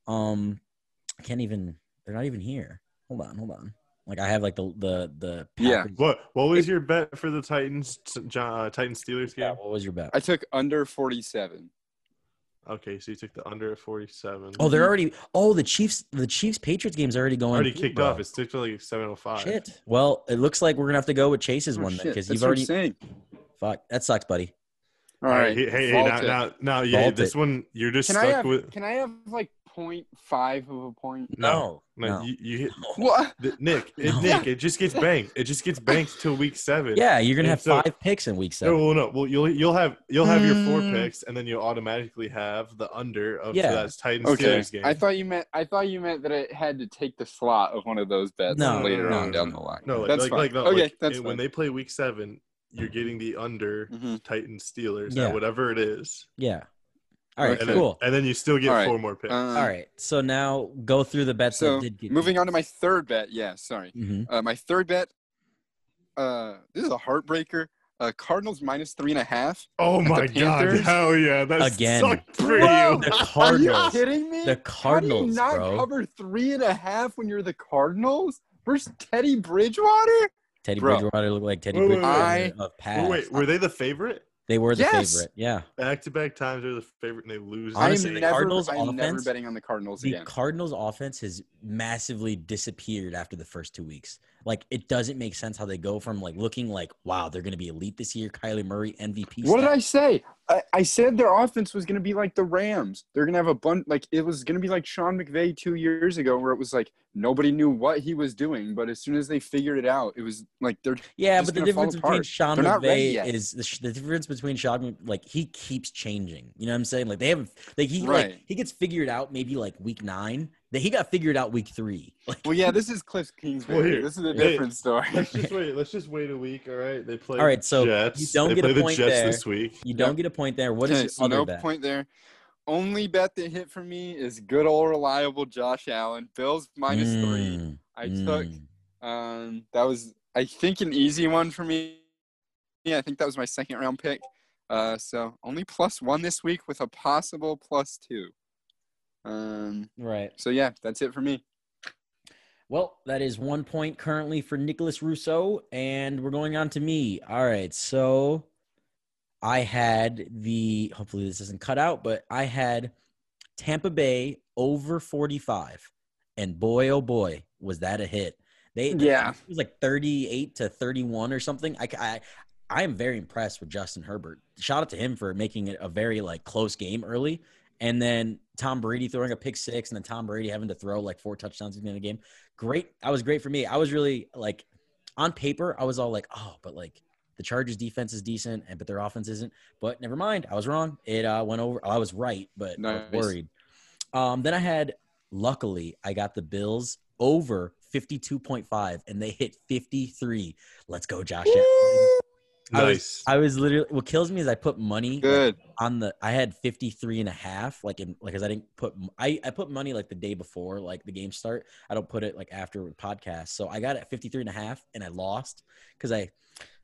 Speaker 1: Um, I can't even. They're not even here. Hold on, hold on. Like I have like the the the
Speaker 3: Yeah.
Speaker 2: the game. What what was your bet for the Titans John, uh, Titans Steelers
Speaker 1: Yeah.
Speaker 2: game?
Speaker 1: What was your bet?
Speaker 3: I took under 47.
Speaker 2: Okay, so you took the under at forty-seven.
Speaker 1: Oh, they're already. Oh, the Chiefs. The Chiefs Patriots game's already going.
Speaker 2: already
Speaker 1: through,
Speaker 2: kicked
Speaker 1: bro.
Speaker 2: off. It's ticked to like seven oh five.
Speaker 1: Shit. Well, it looks like we're gonna have to go with Chase's
Speaker 3: Oh,
Speaker 1: one
Speaker 3: shit,
Speaker 1: because
Speaker 3: that's
Speaker 1: you've
Speaker 3: what
Speaker 1: already.
Speaker 3: I'm saying.
Speaker 1: Fuck, that sucks, buddy.
Speaker 3: All right.
Speaker 2: Hey, hey, hey
Speaker 3: vault
Speaker 2: now,
Speaker 3: it.
Speaker 2: now, now, yeah,
Speaker 1: Vault
Speaker 2: this
Speaker 1: it.
Speaker 2: one you're just
Speaker 3: Can I
Speaker 2: stuck
Speaker 3: have-
Speaker 2: with.
Speaker 3: Can I have like 0.5 of a point?
Speaker 1: No,
Speaker 2: No,
Speaker 1: no.
Speaker 2: You, you hit
Speaker 3: What?
Speaker 2: th- Nick. it-
Speaker 1: No.
Speaker 2: Nick, it just gets banked. It just gets banked till week seven.
Speaker 1: Yeah, you're gonna
Speaker 2: And
Speaker 1: have
Speaker 2: so-
Speaker 1: five picks in week
Speaker 2: No,
Speaker 1: seven.
Speaker 2: well, no. Well, you'll you'll have you'll have your four
Speaker 1: Mm.
Speaker 2: picks, and then you'll automatically have the under of
Speaker 1: Yeah.
Speaker 2: yeah. that Titans
Speaker 3: Okay.
Speaker 2: Steelers game.
Speaker 3: I thought you meant I thought you meant that it had to take the slot of one of those bets
Speaker 1: No,
Speaker 3: later
Speaker 2: no,
Speaker 3: on
Speaker 2: no,
Speaker 3: down
Speaker 1: no.
Speaker 3: the line.
Speaker 2: no, like,
Speaker 3: that's
Speaker 2: like,
Speaker 3: fine.
Speaker 2: like no,
Speaker 3: okay,
Speaker 2: like,
Speaker 3: that's
Speaker 2: it-
Speaker 3: fine.
Speaker 2: when they play week seven, you're getting the under
Speaker 3: Mhm.
Speaker 2: Titans Steelers
Speaker 1: Mm. Yeah.
Speaker 2: at whatever it is,
Speaker 1: Yeah. All right,
Speaker 2: and
Speaker 3: Okay.
Speaker 2: then,
Speaker 1: cool.
Speaker 2: and then you still get
Speaker 3: All right.
Speaker 2: four more picks.
Speaker 3: Um,
Speaker 1: All right, so now go through the bets
Speaker 3: So
Speaker 1: that did get
Speaker 3: moving on to my third bet. Yeah, sorry.
Speaker 1: Mhm.
Speaker 3: Uh, my third bet. Uh, this is a heartbreaker. Uh, Cardinals minus three and a half.
Speaker 2: oh
Speaker 3: the
Speaker 2: my god!
Speaker 3: Panthers?
Speaker 2: Hell yeah! That
Speaker 1: Again.
Speaker 2: sucked for
Speaker 3: Bro,
Speaker 2: you.
Speaker 1: the
Speaker 3: Are you
Speaker 1: Cardinals.
Speaker 3: kidding me?
Speaker 1: The Cardinals,
Speaker 3: How do you not
Speaker 1: bro.
Speaker 3: cover three and a half when you're the Cardinals versus Teddy Bridgewater?
Speaker 1: Teddy
Speaker 3: Bro.
Speaker 1: Bridgewater looked like Teddy
Speaker 2: Wait, wait,
Speaker 1: Bridgewater
Speaker 3: wait.
Speaker 1: of
Speaker 2: Well,
Speaker 1: past.
Speaker 2: wait, were they the favorite?
Speaker 1: they were the
Speaker 3: Yes.
Speaker 1: favorite. Yeah.
Speaker 2: Back to back times they're the favorite and they lose.
Speaker 1: Honestly,
Speaker 2: the
Speaker 3: I am
Speaker 2: game.
Speaker 3: never,
Speaker 1: Cardinals
Speaker 3: I am never
Speaker 1: offense-
Speaker 3: betting on the Cardinals
Speaker 1: The
Speaker 3: again.
Speaker 1: Cardinals offense has massively disappeared after the first two weeks. Like it doesn't make sense how they go from like looking like wow they're gonna be elite this year. Kyler Murray MVP.
Speaker 3: What did
Speaker 1: style.
Speaker 3: I say? I, I said their offense was going to be like the Rams. They're going to have a bunch, like, it was going to be like Sean McVay two years ago, where it was like nobody knew what he was doing. But as soon as they figured it out, it was like they're
Speaker 1: Yeah,
Speaker 3: just
Speaker 1: but the
Speaker 3: gonna fall
Speaker 1: difference between
Speaker 3: apart.
Speaker 1: Sean
Speaker 3: They're not ready
Speaker 1: McVay
Speaker 3: yet.
Speaker 1: is the, sh- the difference between Sean Mc- like he keeps changing. You know what I'm saying? Like they haven't like he like
Speaker 3: Right.
Speaker 1: he gets figured out maybe like week nine. That he got figured out week three. Like
Speaker 3: Well, yeah, this is Cliff Kingsbury.
Speaker 2: Well, here.
Speaker 3: this is a
Speaker 2: Hey.
Speaker 3: different story.
Speaker 2: Let's just wait. Let's just wait a week. All right, they play.
Speaker 1: All right,
Speaker 2: the
Speaker 1: so you
Speaker 2: Jets.
Speaker 1: don't
Speaker 2: they
Speaker 1: get a
Speaker 2: play
Speaker 1: point
Speaker 2: the Jets
Speaker 1: there.
Speaker 2: this week.
Speaker 1: you don't
Speaker 3: Yep.
Speaker 1: get a point there. What is
Speaker 3: Okay,
Speaker 1: your
Speaker 3: so
Speaker 1: other
Speaker 3: no
Speaker 1: bet?
Speaker 3: point there. Only bet that hit for me is good old reliable Josh Allen. Bills minus three.
Speaker 1: Mm,
Speaker 3: I
Speaker 1: mm.
Speaker 3: took um that was I think an easy one for me. Yeah, I think that was my second round pick. Uh so only plus one this week with a possible plus two. Um
Speaker 1: right.
Speaker 3: so yeah, that's it for me.
Speaker 1: Well, that is one point currently for Nicholas Russo, and we're going on to me. All right, so I had the hopefully this isn't cut out, but I had Tampa Bay over 45, and boy, oh boy, was that a hit! They
Speaker 3: Yeah.
Speaker 1: it was like thirty eight to thirty one or something. I, I I am very impressed with Justin Herbert. Shout out to him for making it a very like close game early, and then Tom Brady throwing a pick six, and then Tom Brady having to throw like four touchdowns at the end of the game. Great, that was great for me. I was really like on paper, I was all like, oh, but like the Chargers defense is decent, and but their offense isn't. But never mind, I was wrong. It uh, went over. I was right, but I
Speaker 3: Nice.
Speaker 1: was worried. Um, then I had, luckily, I got the Bills over fifty-two point five, and they hit fifty-three. Let's go, Josh. Allen. I was-
Speaker 2: Nice.
Speaker 1: I was literally what kills me is I put money like,
Speaker 3: Good.
Speaker 1: on the I had 53 and a half like in like cuz I didn't put I I put money like the day before like the game start. I don't put it like after the podcast. So I got it at 53 and a half and I lost cuz I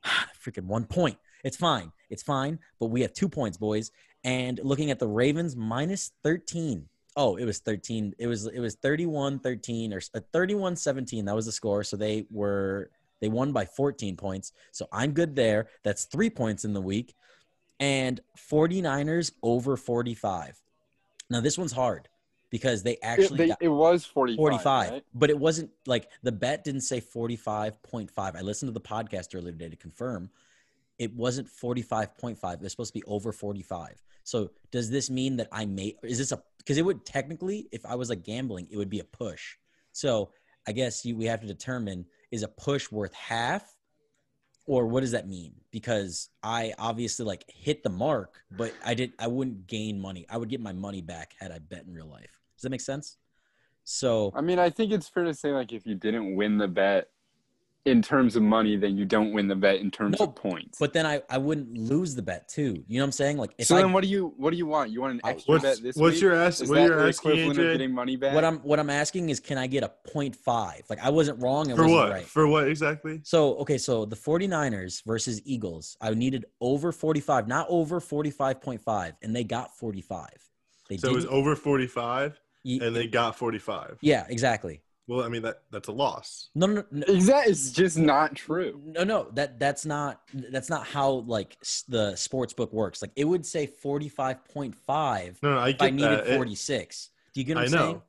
Speaker 1: freaking one point. It's fine. It's fine, but we have two points, boys. And looking at the Ravens minus 13. Oh, it was 13. It was it was 31-13 or s- uh, 31-17. That was the score. So they were they won by 14 points. So I'm good there. That's 3 points in the week and 49ers over 45. Now this one's hard because they
Speaker 3: It,
Speaker 1: actually
Speaker 3: they-
Speaker 1: got
Speaker 3: it was 45.
Speaker 1: 45,
Speaker 3: right?
Speaker 1: but it wasn't like the bet didn't say 45.5. I listened to the podcast earlier today to confirm it wasn't 45.5. It was supposed to be over 45. So does this mean that I may, is this a, because it would technically, if I was like gambling, it would be a push. So I guess you, we have to determine is a push worth half or what does that mean? Because I obviously like hit the mark, but I did, I wouldn't gain money. I would get my money back had I bet in real life. Does that make sense? So
Speaker 3: I mean, I think it's fair to say, like, if you didn't win the bet in terms of money, then you don't win the bet in terms
Speaker 1: No,
Speaker 3: of points.
Speaker 1: But then I, I wouldn't lose the bet too. You know what I'm saying? Like if
Speaker 3: so
Speaker 1: I
Speaker 3: then, what do you what do you want? You want an
Speaker 1: I-
Speaker 3: extra
Speaker 2: What's,
Speaker 3: bet this
Speaker 2: what's
Speaker 3: week?
Speaker 2: your ass?
Speaker 3: Is
Speaker 2: What
Speaker 3: that
Speaker 2: are
Speaker 3: the
Speaker 2: you asking,
Speaker 3: equivalent of
Speaker 2: AJ?
Speaker 3: getting money back?
Speaker 1: what I'm what I'm asking is can I get a 0.5? Like I wasn't wrong and
Speaker 2: For
Speaker 1: wasn't
Speaker 2: what?
Speaker 1: right.
Speaker 2: For what exactly?
Speaker 1: So okay, so the 49ers versus Eagles, I needed over 45, not over 45.5, and they got 45. They
Speaker 2: So it was
Speaker 1: didn't-
Speaker 2: over 45,
Speaker 1: ye-
Speaker 2: and they got 45.
Speaker 1: yeah, exactly.
Speaker 2: Well, I mean that that's a loss.
Speaker 1: No, no, no,
Speaker 3: Exactly. It's just not true.
Speaker 1: no, no. That that's not that's not how like s- the sports book works. Like it would say 45.5
Speaker 2: No, no I
Speaker 1: if I
Speaker 2: get
Speaker 1: needed
Speaker 2: that. It-
Speaker 1: 46. Do you get what
Speaker 2: I
Speaker 1: I'm
Speaker 2: know,
Speaker 1: saying?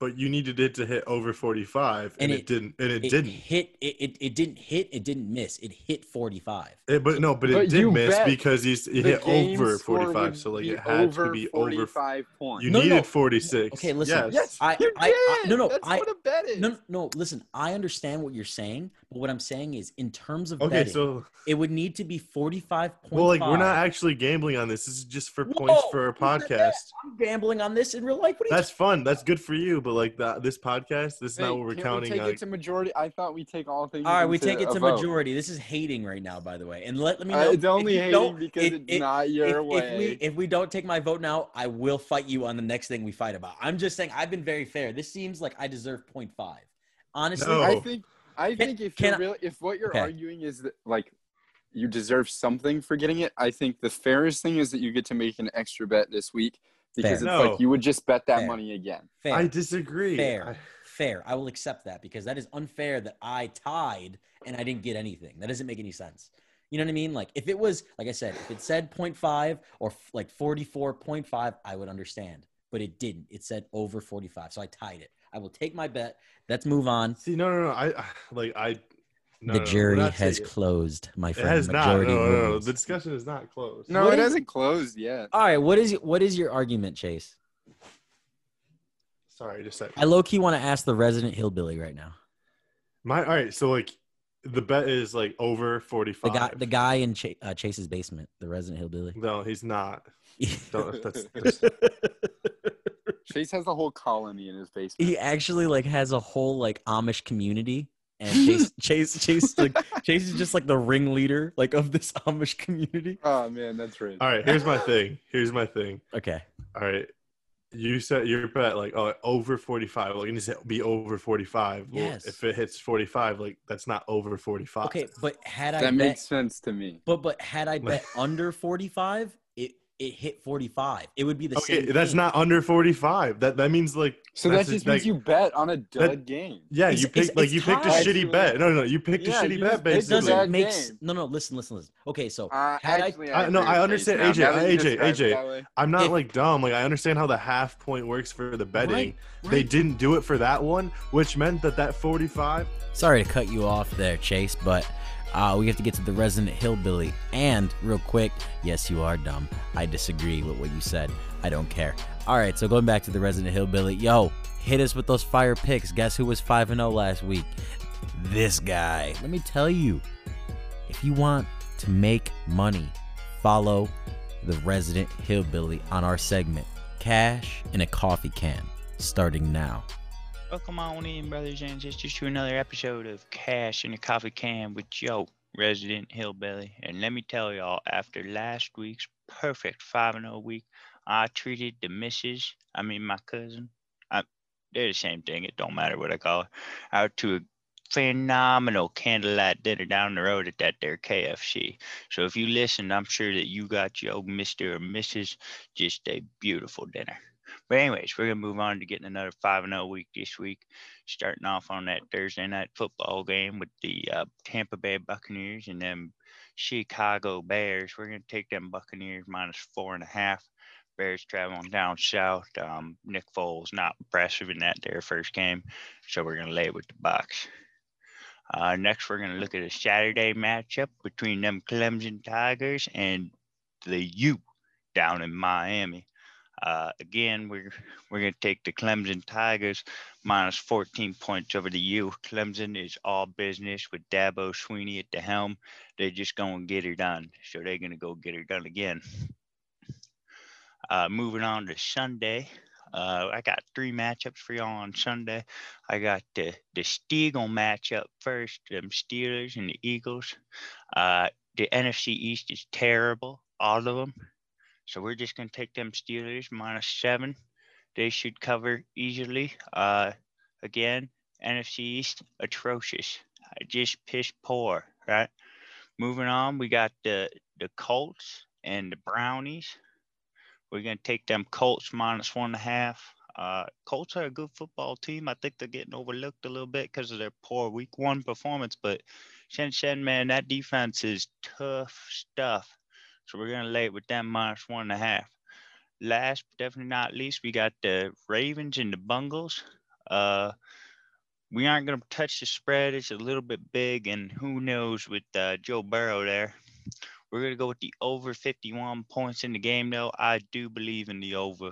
Speaker 2: but you needed it to hit over 45, and,
Speaker 1: And
Speaker 2: it,
Speaker 1: it-
Speaker 2: didn't. And it, didn't.
Speaker 1: hit it, it it didn't hit it didn't miss it hit 45
Speaker 2: It- Eh, but no, but it
Speaker 3: But
Speaker 2: did
Speaker 3: you
Speaker 2: miss
Speaker 3: bet
Speaker 2: because he's it
Speaker 3: The
Speaker 2: hit
Speaker 3: game
Speaker 2: over
Speaker 3: score
Speaker 2: 45,
Speaker 3: would
Speaker 2: so like
Speaker 3: be
Speaker 2: it had
Speaker 3: over
Speaker 2: to be over.
Speaker 3: 45 points.
Speaker 2: You
Speaker 1: No,
Speaker 2: needed
Speaker 1: no.
Speaker 2: 46.
Speaker 1: Okay, listen.
Speaker 3: yes,
Speaker 1: I-
Speaker 3: you
Speaker 1: I-
Speaker 3: did.
Speaker 1: I- no, no,
Speaker 3: That's
Speaker 1: I-
Speaker 3: what a bet is.
Speaker 1: no no, no listen i understand what you're saying but what i'm saying is in terms of
Speaker 2: Okay,
Speaker 1: betting
Speaker 2: so
Speaker 1: it would need to be 45
Speaker 2: well, like we're not actually gambling on this. This is just for
Speaker 1: Whoa,
Speaker 2: points for our
Speaker 1: who said
Speaker 2: podcast.
Speaker 1: that? i'm gambling on this in real life what are you
Speaker 2: That's fun. That's good for you. But like the, this podcast, this is
Speaker 3: Hey,
Speaker 2: not what we're
Speaker 3: can't
Speaker 2: counting
Speaker 3: We take
Speaker 2: on.
Speaker 3: it to majority. I thought we take all things.
Speaker 1: all right, we
Speaker 3: into
Speaker 1: take it
Speaker 3: a
Speaker 1: to
Speaker 3: vote.
Speaker 1: majority. This is hating right now, by the way. And let, let me
Speaker 3: Uh,
Speaker 1: know.
Speaker 3: it's
Speaker 1: if
Speaker 3: only
Speaker 1: you
Speaker 3: hating
Speaker 1: don't-
Speaker 3: because
Speaker 1: if-
Speaker 3: it's
Speaker 1: if-
Speaker 3: not
Speaker 1: if,
Speaker 3: your
Speaker 1: if
Speaker 3: way.
Speaker 1: we if we don't take my vote now, I will fight you on the next thing we fight about. I'm just saying I've been very fair. This seems like I deserve 0.5. Honestly,
Speaker 2: No.
Speaker 3: I think I
Speaker 1: Can-
Speaker 3: think if
Speaker 1: can
Speaker 3: you're
Speaker 1: I-
Speaker 3: real, if what you're
Speaker 1: Okay.
Speaker 3: arguing is that like you deserve something for getting it, I think the fairest thing is that you get to make an extra bet this week because
Speaker 2: Fair.
Speaker 3: it's
Speaker 2: No.
Speaker 3: like you would just bet that
Speaker 1: Fair.
Speaker 3: money again.
Speaker 1: fair.
Speaker 2: I disagree.
Speaker 1: Fair.
Speaker 2: I-
Speaker 1: fair. I will accept that because that is unfair that I tied and I didn't get anything. That doesn't make any sense. You know what I mean? Like if it was, like I said, if it said 0.5 or f- like 44.5, I would understand. But it didn't. It said over 45. So I tied it. I will take my bet. Let's move on.
Speaker 2: see, no, no, no. I I- like I. No, no, no,
Speaker 1: the
Speaker 2: we're
Speaker 1: jury
Speaker 2: not
Speaker 1: has
Speaker 2: taking it.
Speaker 1: closed, my
Speaker 2: It
Speaker 1: friend.
Speaker 2: has not. No,
Speaker 1: Majority
Speaker 2: no, no.
Speaker 1: rules.
Speaker 2: The discussion is not closed.
Speaker 3: No,
Speaker 1: What
Speaker 3: it
Speaker 1: is-
Speaker 3: hasn't closed yet.
Speaker 1: All right, what is what is your argument, Chase?
Speaker 2: Sorry, just a second.
Speaker 1: I low key want to ask the resident hillbilly right now.
Speaker 2: My all right. So like, the bet is like over
Speaker 1: The
Speaker 2: forty-five.
Speaker 1: guy, the guy in Cha- uh, Chase's basement, the resident hillbilly.
Speaker 2: No, he's not. Don't, that's, that's-
Speaker 3: Chase has the whole colony in his basement.
Speaker 1: he actually like has a whole like Amish community, and Chase Chase Chase like Chase is just like the ringleader like of this Amish community.
Speaker 3: Oh man, that's right.
Speaker 2: all right. Here's my thing. Here's my thing.
Speaker 1: Okay,
Speaker 2: All right. You said your bet like oh over forty five. Like it said be over forty five.
Speaker 1: Yes.
Speaker 2: If it hits forty five, like that's not over forty five.
Speaker 1: okay, but had I
Speaker 3: That
Speaker 1: bet,
Speaker 3: makes sense to me.
Speaker 1: but but had I bet under forty five, it it hit 45. It would be the
Speaker 2: Okay,
Speaker 1: same.
Speaker 2: that's
Speaker 1: game.
Speaker 2: not under forty-five. That that means like
Speaker 3: So
Speaker 2: That's just
Speaker 3: that just means
Speaker 2: like-
Speaker 3: you bet on a dud game.
Speaker 2: yeah,
Speaker 1: It's-
Speaker 2: you
Speaker 1: it's-
Speaker 2: picked like
Speaker 1: it's
Speaker 2: you picked a
Speaker 1: tied.
Speaker 2: shitty bet. No, no, you picked
Speaker 3: Yeah,
Speaker 2: a shitty
Speaker 3: you
Speaker 1: It
Speaker 2: bet
Speaker 3: just picked a
Speaker 2: basically.
Speaker 3: bad
Speaker 1: doesn't make s-
Speaker 3: game.
Speaker 1: no no listen listen listen. Okay, so
Speaker 3: Uh,
Speaker 1: Had I-
Speaker 3: actually,
Speaker 2: I- no,
Speaker 3: agree
Speaker 2: I
Speaker 3: with
Speaker 2: understand,
Speaker 3: Jason. Now
Speaker 2: AJ,
Speaker 3: that
Speaker 2: AJ,
Speaker 3: you described it
Speaker 2: AJ.
Speaker 3: that way-
Speaker 2: I'm not
Speaker 1: If-
Speaker 2: like dumb. Like I understand how the half point works for the betting.
Speaker 1: Right,
Speaker 2: They
Speaker 1: right.
Speaker 2: didn't do it for that one, which meant that that 45.
Speaker 5: Sorry to cut you off there, Chase, but uh, we have to get to the resident hillbilly. And real quick, yes, you are dumb. I disagree with what you said. I don't care. All right, so going back to the resident hillbilly, yo, hit us with those fire picks. Guess who was five and zero last week? This guy. Let me tell you, if you want to make money, follow the resident hillbilly on our segment, Cash in a Coffee Can, starting now.
Speaker 6: Welcome on in, brothers and sisters, to another episode of Cash in a Coffee Can with Joe, resident hillbilly. And let me tell y'all, after last week's perfect 5 0 week, I treated the missus, I mean, my cousin, I, they're the same thing, it don't matter what I call her, out to a phenomenal candlelight dinner down the road at that there KFC. So if you listen, I'm sure that you got your Mr. or Mrs. just a beautiful dinner. But anyways, we're gonna move on to getting another five and zero week this week, starting off on that Thursday night football game with the uh, Tampa Bay Buccaneers and them Chicago Bears. We're gonna take them Buccaneers minus four and a half. Bears traveling down south. Um, Nick Foles not impressive in that their first game, so we're gonna lay with the Bucks. Uh, next, we're gonna look at a Saturday matchup between them Clemson Tigers and the U down in Miami. Uh, again, we're we're gonna take the Clemson Tigers minus 14 points over the U. Clemson is all business with Dabo Sweeney at the helm. They're just gonna get her done, so they're gonna go get her done again. Uh, moving on to Sunday, uh, I got three matchups for y'all on Sunday. I got the the Steagle matchup first, them Steelers and the Eagles. Uh, the NFC East is terrible, all of them. So we're just going to take them Steelers minus seven. They should cover easily. Uh, again, NFC East, atrocious. I just piss poor, right? Moving on, we got the, the Colts and the Brownies. We're going to take them Colts minus one and a half. Uh, Colts are a good football team. I think they're getting overlooked a little bit because of their poor week one performance. But Shen Shen, man, that defense is tough stuff. So we're gonna lay it with them minus one and a half. Last but definitely not least, we got the Ravens and the Bungles. Uh, we aren't gonna touch the spread. It's a little bit big, and who knows with uh, Joe Burrow there. We're gonna go with the over 51 points in the game, though. I do believe in the over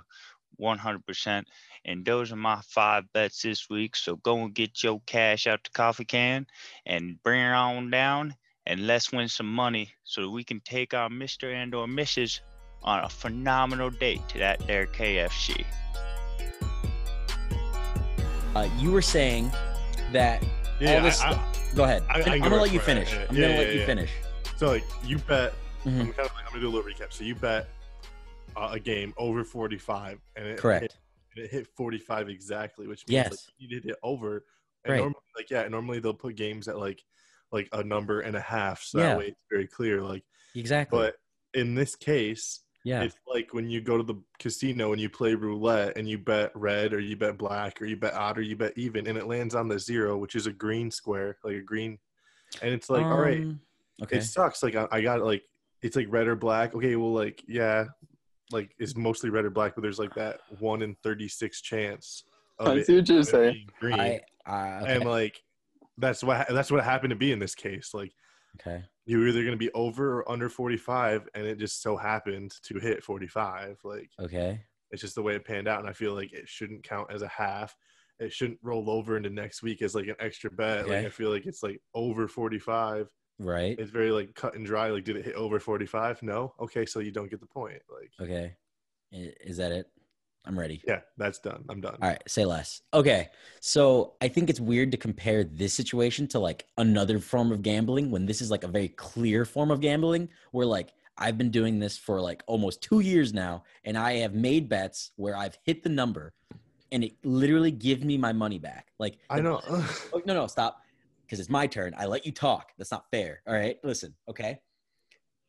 Speaker 6: 100%. And those are my five bets this week. So go and get your cash out the coffee can and bring it on down and let's win some money so that we can take our Mr. and or Mrs. on a phenomenal date to that there KFC.
Speaker 1: Uh, you were saying that all this
Speaker 2: I- I-
Speaker 1: go ahead.
Speaker 2: I- I
Speaker 1: Fin-
Speaker 2: can
Speaker 1: I'm
Speaker 2: go
Speaker 1: gonna
Speaker 2: right
Speaker 1: let you
Speaker 2: for it.
Speaker 1: finish.
Speaker 2: Yeah,
Speaker 1: I'm
Speaker 2: yeah,
Speaker 1: gonna let
Speaker 2: yeah,
Speaker 1: you
Speaker 2: yeah.
Speaker 1: finish.
Speaker 2: So like you bet.
Speaker 1: Mhm.
Speaker 2: I'm kind of like I'm gonna do a little recap. So you bet uh, a game over 45, and it
Speaker 1: Correct.
Speaker 2: Hit, it hit 45 exactly, which means like,
Speaker 1: Yes.
Speaker 2: you needed it over. And
Speaker 1: Right.
Speaker 2: normally, like yeah, normally they'll put games at like like a number and a half, so
Speaker 1: Yeah.
Speaker 2: that way it's very clear. Like,
Speaker 1: Exactly.
Speaker 2: but in this case,
Speaker 1: yeah.
Speaker 2: it's like when you go to the casino and you play roulette and you bet red or you bet black or you bet odd or you bet even, and it lands on the zero, which is a green square, like a green. And it's like, all right,
Speaker 1: Um, Okay.
Speaker 2: it sucks. Like I, I got like it's like red or black. Okay, well like yeah, like it's mostly red or black, but there's like that one in thirty six chance of
Speaker 3: I
Speaker 2: it,
Speaker 3: see what you're
Speaker 2: of it
Speaker 3: saying.
Speaker 2: being green.
Speaker 1: I, I, okay.
Speaker 2: And like that's what that's what happened to be in this case. Like
Speaker 1: okay.
Speaker 2: you were either gonna be over or under forty five, and it just so happened to hit forty five. Like
Speaker 1: Okay.
Speaker 2: it's just the way it panned out, and I feel like it shouldn't count as a half. It shouldn't roll over into next week as like an extra bet.
Speaker 1: Okay.
Speaker 2: Like I feel like it's like over forty five
Speaker 1: Right.
Speaker 2: it's very like cut and dry. Like, did it hit over 45? No. Okay, so you don't get the point. Like,
Speaker 1: Okay. I- Is that it? I'm ready.
Speaker 2: yeah, that's done. I'm done.
Speaker 1: All right, say less. Okay. So I think it's weird to compare this situation to like another form of gambling when this is like a very clear form of gambling where like I've been doing this for like almost two years now and I have made bets where I've hit the number and it literally gives me my money back. Like,
Speaker 2: I know.
Speaker 1: Oh, no, no, stop. Because it's my turn. I let you talk. That's not fair. All right, listen, okay?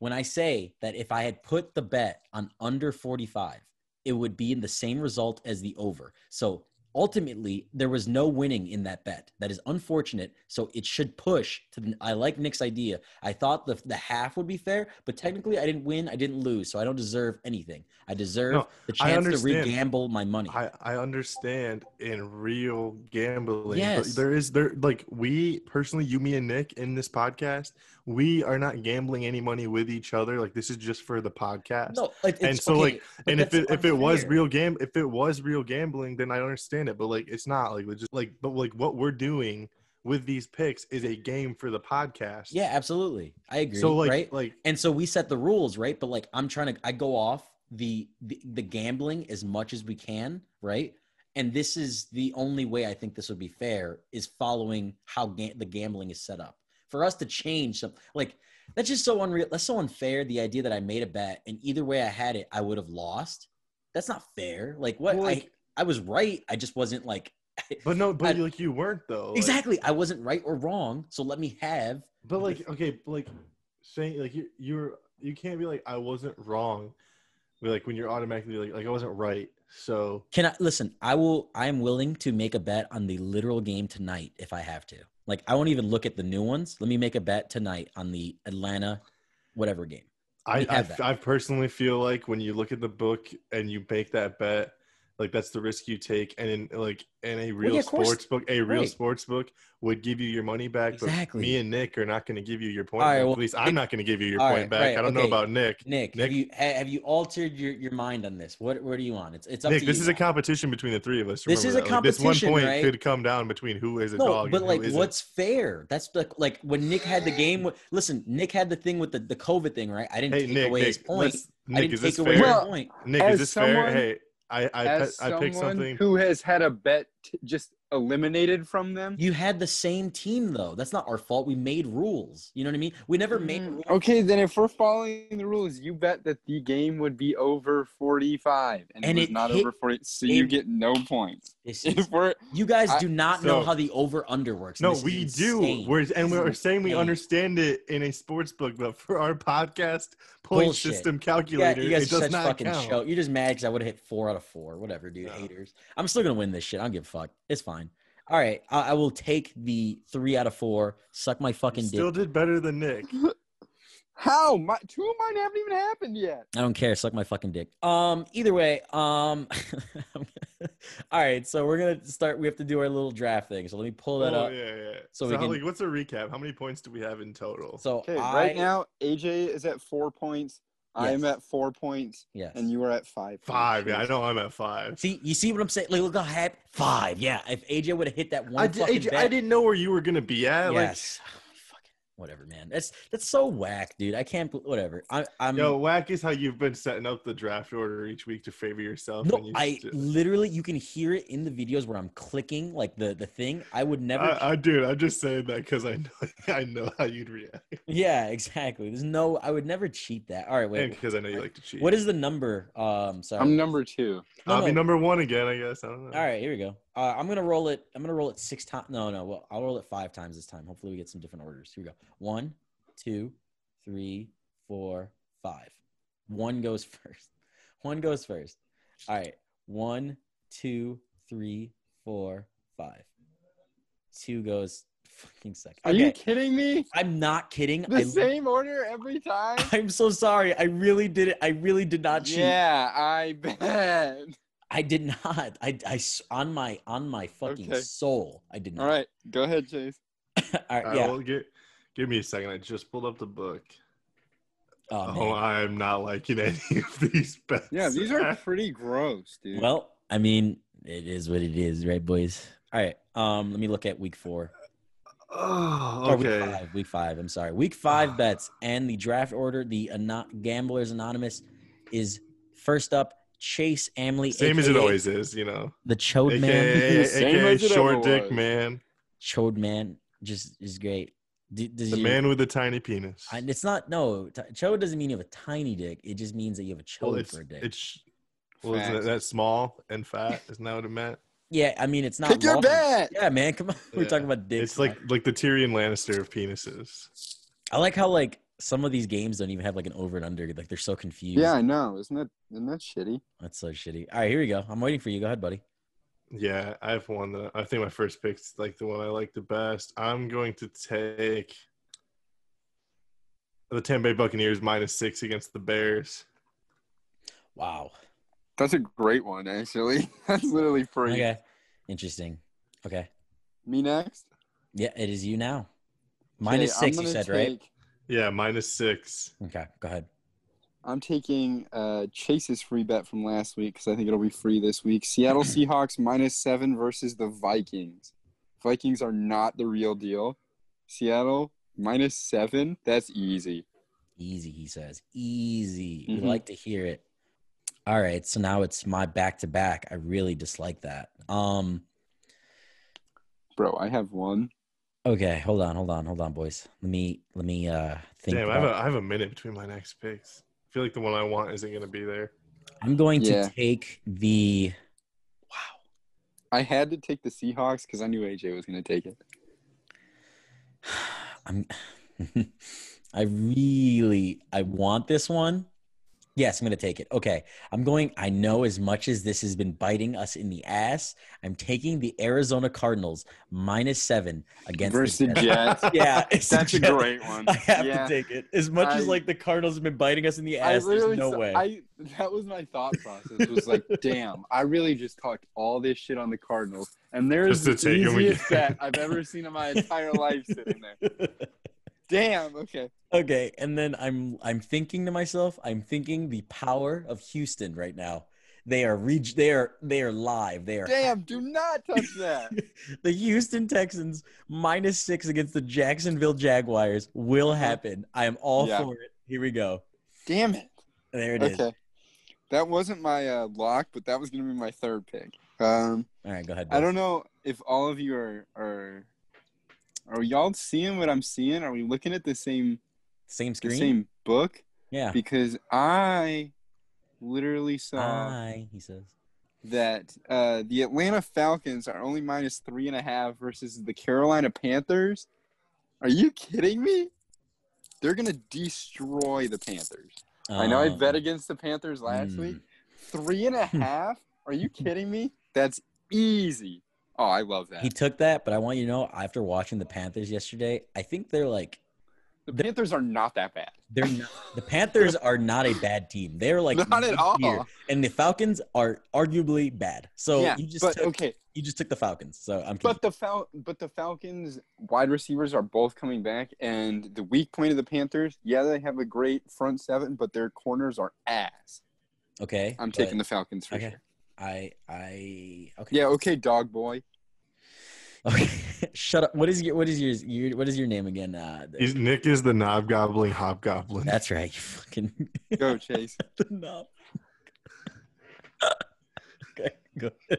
Speaker 1: when I say that if I had put the bet on under 45, it would be in the same result as the over. So ultimately, there was no winning in that bet. That is unfortunate. So it should push to the. I like Nick's idea. I thought the, the half would be fair, but technically, I didn't win. I didn't lose. So I don't deserve anything. I deserve
Speaker 2: No,
Speaker 1: the
Speaker 2: I
Speaker 1: chance to
Speaker 2: understand.
Speaker 1: regamble my money.
Speaker 2: I, I understand in real gambling.
Speaker 1: Yes.
Speaker 2: But there is there like we personally, you, me, and Nick in this podcast, we are not gambling any money with each other. Like this is just for the podcast.
Speaker 1: no, it, it's,
Speaker 2: and so,
Speaker 1: okay,
Speaker 2: like,
Speaker 1: but
Speaker 2: and if
Speaker 1: that's
Speaker 2: it, if it was
Speaker 1: unfair.
Speaker 2: real game if it was real gambling, then I understand it. But like it's not like it's just like but like what we're doing with these picks is a game for the podcast.
Speaker 1: yeah, absolutely, I agree.
Speaker 2: So like
Speaker 1: right?
Speaker 2: like
Speaker 1: and so we set the rules right but like i'm trying to i go off the, the the gambling as much as we can right and this is the only way i think this would be fair is following how ga- the gambling is set up for us to change some like that's just so unreal that's so unfair the idea that i made a bet and either way i had it i would have lost that's not fair like what
Speaker 2: Well, like-
Speaker 1: i i was right i just wasn't like
Speaker 2: but no but
Speaker 1: I-
Speaker 2: like you weren't though. like-
Speaker 1: exactly i wasn't right or wrong so let me have
Speaker 2: But like, okay, but, like saying like you you're you can't be like I wasn't wrong, but, like when you're automatically like like I wasn't right. So
Speaker 1: Can I listen? I will. I am willing to make a bet on the literal game tonight if I have to. Like, I won't even look at the new ones. Let me make a bet tonight on the Atlanta, whatever game.
Speaker 2: I
Speaker 1: We
Speaker 2: I,
Speaker 1: have that.
Speaker 2: I personally feel like when you look at the book and you make that bet, like that's the risk you take, and in like in a real
Speaker 1: yeah, of course.
Speaker 2: sports book, a real
Speaker 1: Right.
Speaker 2: sports book would give you your money back.
Speaker 1: Exactly.
Speaker 2: But me and Nick are not going to give you your point.
Speaker 1: All right,
Speaker 2: back.
Speaker 1: well,
Speaker 2: At least I'm
Speaker 1: Nick-
Speaker 2: not going to give you your
Speaker 1: all
Speaker 2: point
Speaker 1: right,
Speaker 2: back.
Speaker 1: right,
Speaker 2: I don't know
Speaker 1: okay.
Speaker 2: about Nick.
Speaker 1: Nick, have
Speaker 2: Nick?
Speaker 1: you ha- have you altered your, your mind on this? What where do you on? It's it's up
Speaker 2: Nick,
Speaker 1: to
Speaker 2: this
Speaker 1: you
Speaker 2: is a
Speaker 1: now.
Speaker 2: competition between the three of us.
Speaker 1: This
Speaker 2: remember
Speaker 1: is a
Speaker 2: that. Like, This
Speaker 1: competition,
Speaker 2: one point
Speaker 1: right?
Speaker 2: could come down between who is a
Speaker 1: no,
Speaker 2: dog.
Speaker 1: but
Speaker 2: and
Speaker 1: like,
Speaker 2: who isn't.
Speaker 1: what's fair? That's like like when Nick had the game. with- Listen, Nick had the thing with the, the COVID thing, right? I didn't
Speaker 2: Hey,
Speaker 1: take
Speaker 2: Nick,
Speaker 1: away
Speaker 2: Nick,
Speaker 1: his point.
Speaker 2: let's-
Speaker 1: I
Speaker 2: Nick,
Speaker 1: didn't
Speaker 2: is
Speaker 1: take
Speaker 2: this
Speaker 1: away
Speaker 2: fair?
Speaker 1: his
Speaker 3: Well,
Speaker 1: point.
Speaker 2: Nick,
Speaker 3: as
Speaker 2: is this
Speaker 3: someone-
Speaker 2: fair? Hey, I I,
Speaker 3: As
Speaker 2: pe- I
Speaker 3: someone
Speaker 2: picked something.
Speaker 3: who has had a bet t- just eliminated from them.
Speaker 1: You had the same team though. That's not our fault. We made rules. You know what I mean? We never made rules.
Speaker 3: Okay, then if we're following the rules, you bet that the game would be over 45, and,
Speaker 1: And
Speaker 3: it was
Speaker 1: it
Speaker 3: not
Speaker 1: hit-
Speaker 3: over 40, so you
Speaker 1: it-
Speaker 3: get no points.
Speaker 1: This is,
Speaker 3: If we're
Speaker 1: you guys
Speaker 3: I-
Speaker 1: do not know
Speaker 2: So-
Speaker 1: how the over under works. and
Speaker 2: no,
Speaker 1: this is
Speaker 2: we do.
Speaker 1: insane.
Speaker 2: We're and
Speaker 1: This
Speaker 2: we're
Speaker 1: is
Speaker 2: saying we
Speaker 1: insane.
Speaker 2: understand it in a sports book, but for our podcast point
Speaker 1: Bullshit.
Speaker 2: system
Speaker 1: You guys-
Speaker 2: calculator,
Speaker 1: you guys
Speaker 2: it
Speaker 1: are
Speaker 2: does
Speaker 1: such
Speaker 2: not
Speaker 1: fucking
Speaker 2: count.
Speaker 1: show. You're just mad because I would have hit four out of four. Whatever, dude.
Speaker 2: No.
Speaker 1: Haters. I'm still gonna win this shit. I don't give a fuck. It's fine. All right, I, I will take the three out of four. Suck my
Speaker 2: You
Speaker 1: fucking dick.
Speaker 2: still did better than Nick.
Speaker 3: how my two of mine haven't even happened yet.
Speaker 1: I don't care. Suck my fucking dick. Um. Either way. Um. all right. So we're gonna start. We have to do our little draft thing. So let me pull that
Speaker 2: Oh,
Speaker 1: up.
Speaker 2: yeah, yeah.
Speaker 1: So
Speaker 2: So,
Speaker 1: we
Speaker 2: how-
Speaker 1: can-
Speaker 2: like, what's a recap? How many points do we have in total?
Speaker 1: So
Speaker 3: Okay,
Speaker 1: I,
Speaker 3: right now AJ is at four points. I am
Speaker 1: Yes.
Speaker 3: at four points,
Speaker 1: Yes.
Speaker 3: and you are at five. points.
Speaker 2: five. Yeah, I know I'm at five.
Speaker 1: See, you see what I'm saying? Like, look how happy. Five, yeah. If AJ would have hit that one
Speaker 2: I,
Speaker 1: fucking
Speaker 2: did,
Speaker 1: bet,
Speaker 2: I didn't know where you were gonna be at.
Speaker 1: Yes. fucking whatever, man. That's that's so whack, dude. I can't. bel- Whatever. I, I'm.
Speaker 2: Like, yo, whack is how you've been setting up the draft order each week to favor yourself.
Speaker 1: no,
Speaker 2: and you
Speaker 1: I
Speaker 2: just-
Speaker 1: literally. You can hear it in the videos where I'm clicking like the the thing. I would never.
Speaker 2: I, I dude, I'm just saying that because I know I know how you'd react,
Speaker 1: yeah, exactly. There's no. I would never cheat that. All right,
Speaker 2: and
Speaker 1: wait.
Speaker 2: because I know you like to cheat.
Speaker 1: What is oh the number? Um, sorry.
Speaker 3: I'm number two.
Speaker 1: no,
Speaker 2: I'll
Speaker 1: no.
Speaker 2: be number one again, I guess. I don't know.
Speaker 1: All right, here we go. Uh, I'm gonna roll it. I'm gonna roll it six times. No, no. Well, I'll roll it five times this time. Hopefully, we get some different orders. Here we go. One, two, three, four, five. One goes first. One goes first. All right. One, two, three, four, five. Two goes fucking second.
Speaker 3: Are you
Speaker 1: Okay.
Speaker 3: kidding me?
Speaker 1: I'm not kidding.
Speaker 3: The
Speaker 1: I,
Speaker 3: same order every time.
Speaker 1: I'm so sorry. I really did it. I really did not Mm. cheat.
Speaker 3: yeah, I bet.
Speaker 1: I did not. I, I s- on my on my fucking
Speaker 3: Okay.
Speaker 1: soul. I did not.
Speaker 3: All right, go ahead, Chase.
Speaker 1: All
Speaker 2: All
Speaker 1: right.
Speaker 2: right,
Speaker 1: Yeah.
Speaker 2: well, gi- give me a second. I just pulled up the book.
Speaker 1: Oh,
Speaker 2: Oh,
Speaker 1: man.
Speaker 2: I'm not liking any of these bets.
Speaker 3: Yeah, these are pretty gross, dude.
Speaker 1: Well, I mean, it is what it is, right, boys? All right. Um, let me look at week four.
Speaker 2: Oh,
Speaker 1: Or week
Speaker 2: okay. Ah.
Speaker 1: five. Week five. I'm sorry. Week five bets and the draft order. The Ano- Gamblers Anonymous is first up. Chase Amley.
Speaker 2: Same as it
Speaker 1: aka
Speaker 2: always is, you know.
Speaker 1: The Chode Man.
Speaker 2: AKA,
Speaker 3: Same
Speaker 2: AKA
Speaker 3: as it
Speaker 2: short
Speaker 3: ever
Speaker 2: dick
Speaker 3: was.
Speaker 2: man,
Speaker 1: Chode Man just is great. D- does
Speaker 2: the
Speaker 1: you-
Speaker 2: man with the tiny penis.
Speaker 1: I- it's not no. T- chode doesn't mean you have a tiny dick. It just means that you have a chode
Speaker 2: well, it's,
Speaker 1: for a dick.
Speaker 2: it's well, isn't
Speaker 3: Facts.
Speaker 2: it that small and fat? Isn't that what it meant?
Speaker 1: yeah, I mean it's not.
Speaker 3: Pick your
Speaker 1: long.
Speaker 3: bet.
Speaker 1: Yeah, man. Come on. We're
Speaker 2: Yeah.
Speaker 1: talking about dicks.
Speaker 2: It's like like the Tyrion Lannister of penises.
Speaker 1: I like how like some of these games don't even have like an over and under. Like they're so confused.
Speaker 3: Yeah, I know. Isn't that isn't that shitty?
Speaker 1: That's so shitty. All right, here we go. I'm waiting for you. Go ahead, buddy.
Speaker 2: Yeah, I have one that I think my first pick's like the one I like the best. I'm going to take the Tampa Bay Buccaneers minus six against the Bears.
Speaker 1: Wow.
Speaker 3: That's a great one, actually. That's literally free.
Speaker 1: Okay. Interesting. Okay.
Speaker 3: Me next.
Speaker 1: Yeah, it is you now. Minus
Speaker 3: Okay, I'm
Speaker 1: six, you
Speaker 3: gonna
Speaker 1: said, right?
Speaker 3: take-
Speaker 2: Yeah, minus six.
Speaker 1: Okay, go ahead.
Speaker 3: I'm taking uh, Chase's free bet from last week because I think it'll be free this week. Seattle Seahawks minus seven versus the Vikings. Vikings are not the real deal. Seattle minus seven. That's easy.
Speaker 1: Easy, he says. Easy. We
Speaker 3: Mhm.
Speaker 1: like to hear it. All right, so now it's my back to back. I really dislike that. Um,
Speaker 3: Bro, I have one.
Speaker 1: okay, hold on, hold on, hold on, boys. Let me let me uh think.
Speaker 2: Damn, I have,
Speaker 1: about-
Speaker 2: a, I have a minute between my next picks. I feel like the one I want isn't going to be there.
Speaker 1: I'm going
Speaker 3: Yeah.
Speaker 1: to take the
Speaker 3: I had to take the Seahawks because I knew AJ was going to take it.
Speaker 1: I'm I really I want this one. Yes, I'm going to take it. Okay. I'm going I know as much as this has been biting us in the ass, I'm taking the Arizona Cardinals minus 7 against
Speaker 3: Versus
Speaker 1: the
Speaker 3: the
Speaker 1: Jets.
Speaker 3: Jets.
Speaker 1: Yeah, it's the
Speaker 3: That's a
Speaker 1: Jets.
Speaker 3: great one.
Speaker 1: I have
Speaker 3: Yeah.
Speaker 1: to take it. As much as
Speaker 3: I-
Speaker 1: like the Cardinals have been biting us in the ass, there's no
Speaker 3: s-
Speaker 1: way.
Speaker 3: I that was my thought process. Was like, damn, I really just talked all this shit on the Cardinals, and there's
Speaker 2: Just to
Speaker 3: the
Speaker 2: take 'em
Speaker 3: easiest
Speaker 2: again.
Speaker 3: bet I've ever seen in my entire life sitting there. Damn. Okay.
Speaker 1: okay, and then I'm I'm thinking to myself, I'm thinking the power of Houston right now. They are reg- they are they are live. They are
Speaker 3: Damn. Do not touch that.
Speaker 1: the Houston Texans minus six against the Jacksonville Jaguars will happen. I am all
Speaker 3: Uh-huh. Yeah.
Speaker 1: for it. Here we go.
Speaker 3: Damn it.
Speaker 1: There it is.
Speaker 3: Okay. That wasn't my uh, lock, but that was gonna be my third pick. Um,
Speaker 1: All right, go ahead.
Speaker 3: I
Speaker 1: Bill.
Speaker 3: don't know if all of you are are are y'all seeing what I'm seeing? Are we looking at the same
Speaker 1: Same
Speaker 3: the
Speaker 1: screen.
Speaker 3: same book?
Speaker 1: Yeah.
Speaker 3: because I literally saw
Speaker 1: Hi, he says.
Speaker 3: that uh, the Atlanta Falcons are only minus three and a half versus the Carolina Panthers. Are you kidding me? They're gonna destroy the Panthers. I know I bet
Speaker 1: Um,
Speaker 3: against the Panthers last
Speaker 1: hmm.
Speaker 3: week. Three and a half? Are you kidding me? That's easy. Oh, I love that.
Speaker 1: He took that, but I want you to know after watching the Panthers yesterday, I think they're like
Speaker 3: the Panthers are not that bad.
Speaker 1: they're not, the Panthers are not a bad team. They're like
Speaker 3: not at all.
Speaker 1: mid-tier, and the Falcons are arguably bad. So
Speaker 3: yeah,
Speaker 1: you just
Speaker 3: but
Speaker 1: took,
Speaker 3: okay.
Speaker 1: you just took the Falcons. So I'm
Speaker 3: But the Fal- but the Falcons wide receivers are both coming back, and the weak point of the Panthers, yeah, they have a great front seven, but their corners are ass.
Speaker 1: confused. okay.
Speaker 3: I'm
Speaker 1: but
Speaker 3: taking the Falcons for
Speaker 1: okay.
Speaker 3: sure.
Speaker 1: I I okay.
Speaker 3: Yeah, okay, dog boy.
Speaker 1: Okay. Shut up. What is your what is yours your what is your name again? Uh the-
Speaker 2: He's, Nick is the knob-gobbling hobgoblin.
Speaker 1: That's right. You fucking
Speaker 3: Go Chase.
Speaker 1: no. okay. Go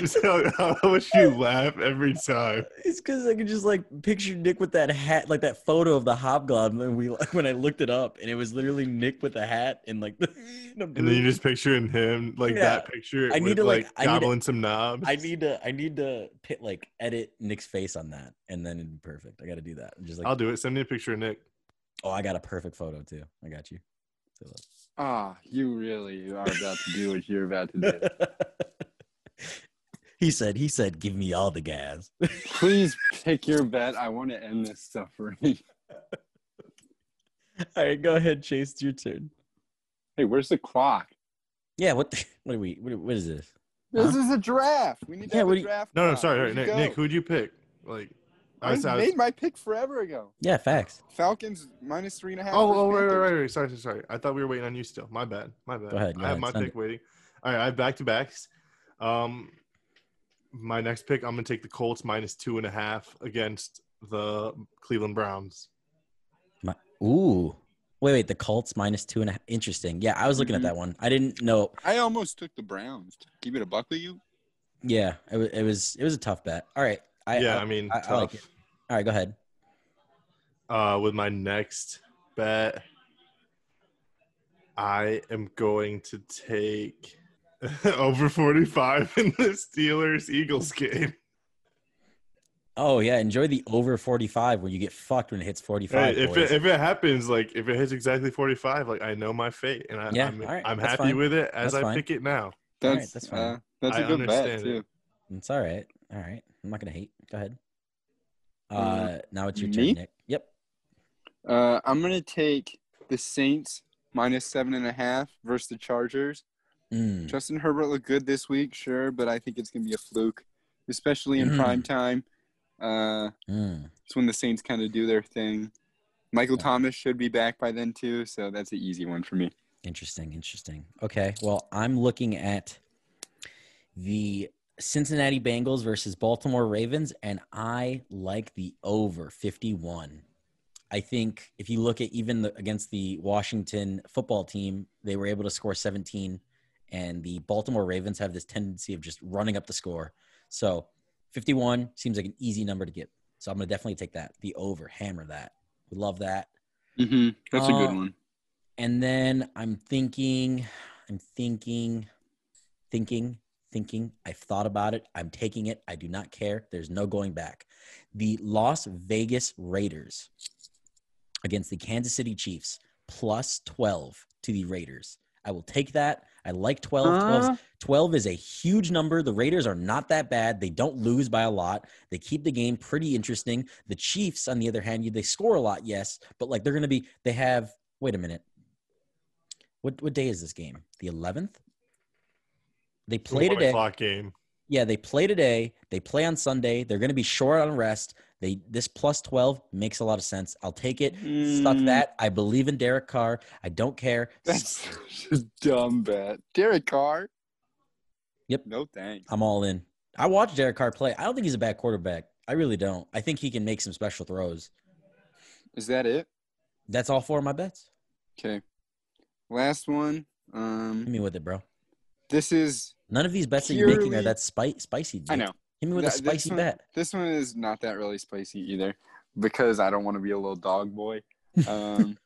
Speaker 2: Just how, how much you laugh every time.
Speaker 1: It's because I could just like picture Nick with that hat, like that photo of the hobgoblin. and We when I looked it up, and it was literally Nick with a hat and like. The, and a
Speaker 2: And then you
Speaker 1: broom.
Speaker 2: just picturing him like
Speaker 1: Mm. Yeah.
Speaker 2: that picture.
Speaker 1: I need
Speaker 2: with,
Speaker 1: to, like-
Speaker 2: like,
Speaker 1: I need to-
Speaker 2: gobbling some knobs.
Speaker 1: I need to, I need to pit, like edit Nick's face on that, and then it'd be perfect. I got to do that. Just like,
Speaker 2: I'll do it. Send me a picture of Nick.
Speaker 1: oh, I got a perfect photo too. I got you. So-
Speaker 3: Ah, you really are about to do what you're about to do.
Speaker 1: he said, he said, give me all the gas.
Speaker 3: Please pick your bet. I want to end this suffering.
Speaker 1: all right, go ahead, Chase. It's your turn.
Speaker 3: hey, where's the clock?
Speaker 1: Yeah. What? The, what are we? What, are- what is this?
Speaker 3: This is a draft. We need to
Speaker 1: Yeah,
Speaker 3: have
Speaker 1: what do Oh,
Speaker 3: a
Speaker 1: you-
Speaker 3: draft.
Speaker 2: No, no,
Speaker 3: clock.
Speaker 2: sorry,
Speaker 3: Where'd
Speaker 2: sorry
Speaker 3: you
Speaker 2: Nick.
Speaker 3: go?
Speaker 2: Nick, who'd you pick? Like, I,
Speaker 3: I
Speaker 2: was- I was-
Speaker 3: made my pick forever ago.
Speaker 1: Yeah. Facts.
Speaker 3: Falcons minus three and a half.
Speaker 2: Oh,
Speaker 3: versus
Speaker 2: oh, right, right,
Speaker 3: Panthers.
Speaker 2: right, right. Sorry, sorry, sorry. I thought we were waiting on you still. My bad. My bad.
Speaker 1: Go ahead, go
Speaker 2: I
Speaker 1: ahead,
Speaker 2: have my
Speaker 1: send
Speaker 2: pick
Speaker 1: it.
Speaker 2: waiting. All right, I have back to backs. Um, my next pick, I'm gonna take the Colts minus two and a half against the Cleveland Browns.
Speaker 1: Ooh. Wait, wait. The Colts minus two and a half. Interesting. Yeah, I was looking
Speaker 3: Mhm.
Speaker 1: at that one. I didn't know.
Speaker 3: I almost took the Browns. Keep it a buck with you.
Speaker 1: Yeah, it was. It was. It was a tough bet. All right. I,
Speaker 2: yeah,
Speaker 1: I-
Speaker 2: I mean,
Speaker 1: I like
Speaker 2: tough.
Speaker 1: it. all right. Go ahead.
Speaker 2: uh, with my next bet, I am going to take over 45 in the Steelers Eagles game.
Speaker 1: Oh yeah, enjoy the over forty five where you get fucked when it hits forty
Speaker 2: Hey,
Speaker 1: five.
Speaker 2: if it, if it happens, like if it hits exactly 45, like I know my fate, and I,
Speaker 1: Yeah,
Speaker 2: I'm,
Speaker 1: all right,
Speaker 2: I'm
Speaker 1: that's
Speaker 2: happy
Speaker 1: fine.
Speaker 2: with it as
Speaker 1: That's
Speaker 2: I
Speaker 1: fine.
Speaker 2: pick it
Speaker 1: All
Speaker 2: now.
Speaker 1: right,
Speaker 3: That's
Speaker 1: that's
Speaker 3: that's
Speaker 1: fine.
Speaker 3: Uh, that's a
Speaker 2: I
Speaker 3: good bet
Speaker 2: understand
Speaker 3: too.
Speaker 1: it's all right. All right. I'm not gonna hate. Go ahead. Uh,
Speaker 2: Mm-hmm.
Speaker 3: Uh,
Speaker 1: now it's your
Speaker 3: me?
Speaker 1: turn, Nick. Yep.
Speaker 3: Uh, I'm gonna take the Saints minus seven and a half versus the Chargers.
Speaker 1: Mm.
Speaker 3: Justin Herbert looked good this week, sure, but I think it's gonna be a fluke, especially in
Speaker 1: Mm.
Speaker 3: prime time. Uh,
Speaker 1: Mm.
Speaker 3: it's when the Saints kind of do their thing. Michael
Speaker 1: Yeah.
Speaker 3: Thomas should be back by then too, so that's an easy one for me.
Speaker 1: Interesting. Interesting. Okay. Well, I'm looking at the Cincinnati Bengals versus Baltimore Ravens, and I like the over 51. I think if you look at even the, against the Washington football team, they were able to score 17, and the Baltimore Ravens have this tendency of just running up the score. So 51 seems like an easy number to get. So I'm going to definitely take that. The over, hammer that. We love that.
Speaker 3: Mm-hmm. That's a
Speaker 1: Uh,
Speaker 3: good one.
Speaker 1: And then I'm thinking, I'm thinking, thinking, thinking. I've thought about it. I'm taking it. I do not care. There's no going back. The Las Vegas Raiders against the Kansas City Chiefs plus 12 to the Raiders. I will take that. I like 12. 12
Speaker 3: Uh,
Speaker 1: 's- 12 is a huge number. The Raiders are not that bad. They don't lose by a lot. They keep the game pretty interesting. The Chiefs, on the other hand, you they score a lot, yes, but like they're going to be, they have, wait a minute. What, what day is this game? The 11th? They play
Speaker 2: One
Speaker 1: today.
Speaker 2: o'clock game.
Speaker 1: Yeah, they play today. They play on Sunday. They're going to be short on rest. They this plus 12 makes a lot of sense. I'll take it. Stuck
Speaker 3: Mm.
Speaker 1: that. I believe in Derek Carr. I don't care.
Speaker 3: That's such a dumb bet. Derek Carr.
Speaker 1: Yep.
Speaker 3: No thanks.
Speaker 1: I'm all in. I watched Derek Carr play. I don't think he's a bad quarterback. I really don't. I think he can make some special throws.
Speaker 3: Is that it?
Speaker 1: That's all four of my bets.
Speaker 3: Okay. Last one.
Speaker 1: Hit
Speaker 3: Um,
Speaker 1: me with it, bro.
Speaker 3: this is.
Speaker 1: None of these bets that you're making are
Speaker 3: Purely-
Speaker 1: that spi- spicy.
Speaker 3: I
Speaker 1: dude.
Speaker 3: know.
Speaker 1: Hit me with a
Speaker 3: Th- this
Speaker 1: spicy
Speaker 3: one-
Speaker 1: bet.
Speaker 3: This one is not that really spicy either, because I don't want to be a little dog boy. Um,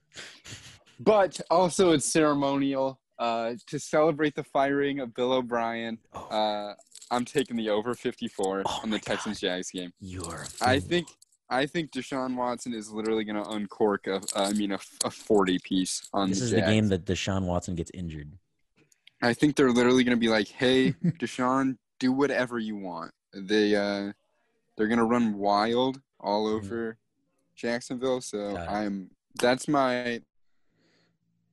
Speaker 3: but also, it's ceremonial. Uh, to celebrate the firing of Bill O'Brien,
Speaker 1: Oh,
Speaker 3: uh, I'm taking the over 54
Speaker 1: Oh
Speaker 3: on the
Speaker 1: my God.
Speaker 3: Texans Jags game.
Speaker 1: you are. a
Speaker 3: I
Speaker 1: fool.
Speaker 3: think I think Deshaun Watson is literally going to uncork a, I mean a, a 40 piece on
Speaker 1: this
Speaker 3: the
Speaker 1: is
Speaker 3: Jags.
Speaker 1: the game that Deshaun Watson gets injured.
Speaker 3: I think they're literally going to be like, "Hey, Deshaun, do whatever you want." They uh, they're going to run wild all over Jacksonville. So
Speaker 1: Mm-hmm. Got it.
Speaker 3: I'm that's my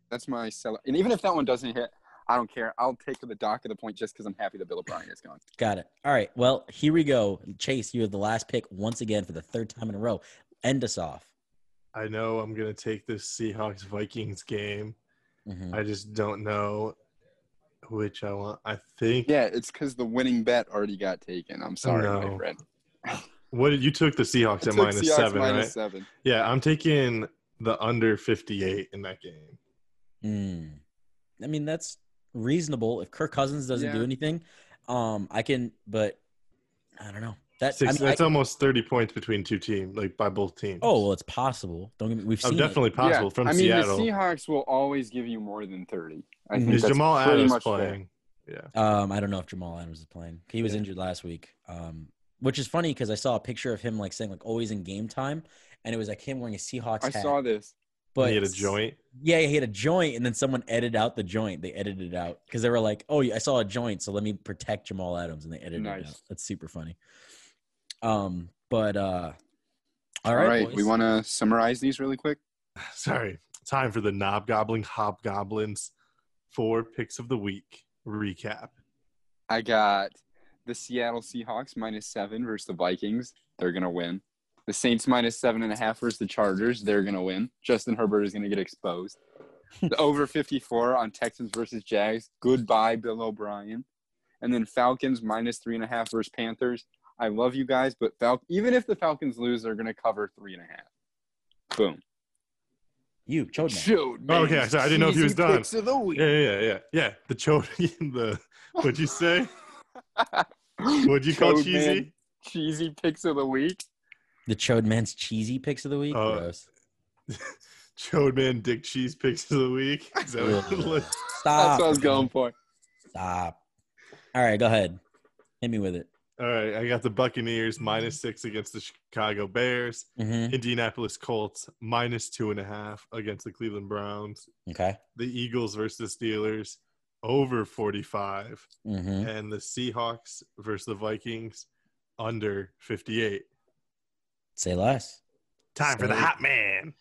Speaker 3: that's my sell. And even if that one doesn't hit, I don't care. I'll take the dock of the point just because I'm happy that Bill O'Brien is gone.
Speaker 1: Got it. All right. Well, here we go. Chase, you have the last pick once again for the third time in a row. End us off.
Speaker 2: I know I'm gonna take this Seahawks Vikings game.
Speaker 1: Mhm.
Speaker 2: I just don't know which I want. I think.
Speaker 3: Yeah, it's because the winning bet already got taken. I'm sorry,
Speaker 2: No.
Speaker 3: my friend.
Speaker 2: What did you took the Seahawks
Speaker 3: I
Speaker 2: at
Speaker 3: took
Speaker 2: minus
Speaker 3: Seahawks
Speaker 2: seven,
Speaker 3: minus
Speaker 2: right?
Speaker 3: seven.
Speaker 2: Yeah, I'm taking the under 58 in that game.
Speaker 1: Mm. I mean, that's reasonable. If Kirk Cousins doesn't do
Speaker 3: Yeah.
Speaker 1: anything, um, I can. But I don't know. That
Speaker 2: Six,
Speaker 1: I mean,
Speaker 2: that's
Speaker 1: I-
Speaker 2: almost 30 points between two teams, like by both teams.
Speaker 1: oh well, it's possible. Don't get me. We've
Speaker 2: Oh,
Speaker 1: seen it.
Speaker 2: definitely possible
Speaker 3: Yeah,
Speaker 2: from
Speaker 3: I mean,
Speaker 2: Seattle. Mm-hmm.
Speaker 3: the Seahawks will always give you more than 30. I
Speaker 1: Mhm.
Speaker 3: think
Speaker 2: Is
Speaker 3: that's
Speaker 2: Jamal
Speaker 3: pretty
Speaker 2: Adams
Speaker 3: much fair.
Speaker 2: playing?
Speaker 1: Um, I don't know if Jamal Adams is playing. He was
Speaker 2: Yeah.
Speaker 1: injured last week. Um, which is funny because I saw a picture of him like saying like always in game time, and it was like him wearing a Seahawks
Speaker 3: I
Speaker 1: hat.
Speaker 3: saw this.
Speaker 2: Yeah,
Speaker 1: But
Speaker 2: he had a joint.
Speaker 1: Yeah, he had a joint, and then someone edited out the joint. They edited it out because they were like, "Oh, yeah, I saw a joint, so let me protect Jamal Adams," and they edited it
Speaker 3: Nice.
Speaker 1: out. That's super funny. Um, but uh, all
Speaker 3: All
Speaker 1: right,
Speaker 3: right, we want to summarize these really quick.
Speaker 2: Sorry, time for the Knobgoblin Hobgoblins four picks of the week recap.
Speaker 3: I got the Seattle Seahawks minus seven versus the Vikings. They're going to win. The Saints minus seven and a half versus the Chargers. They're going to win. Justin Herbert is going to get exposed. The over 54 on Texans versus Jags. Goodbye, Bill O'Brien. And then Falcons minus three and a half versus Panthers. I love you guys, but Fal- even if the Falcons lose, they're going to cover three and a half. Boom.
Speaker 1: you, Chodman.
Speaker 3: Shoot, man.
Speaker 2: okay, sorry, I didn't know if he was
Speaker 3: Cheesy
Speaker 2: done.
Speaker 3: picks of the week.
Speaker 2: Yeah, yeah, yeah, yeah. The Chody, the what'd you say? What'd you call
Speaker 3: Chode
Speaker 2: cheesy?
Speaker 3: man, cheesy picks of the week.
Speaker 1: The Chodman's cheesy picks of the week.
Speaker 3: Uh,
Speaker 2: Oh,
Speaker 1: Gross.
Speaker 2: Chode man, Dick Cheese picks of the week. Is that what it was?
Speaker 1: Stop.
Speaker 3: That's what I was going for.
Speaker 1: Stop. All right, go ahead. Hit me with it.
Speaker 2: All right, I got the Buccaneers minus six against the Chicago Bears.
Speaker 1: Mm-hmm.
Speaker 2: Indianapolis Colts minus two and a half against the Cleveland Browns.
Speaker 1: Okay.
Speaker 2: The Eagles versus the Steelers over 45,
Speaker 1: Mm-hmm.
Speaker 2: and the Seahawks versus the Vikings under 58.
Speaker 1: Say less.
Speaker 2: Time for the
Speaker 1: So-
Speaker 2: hot man.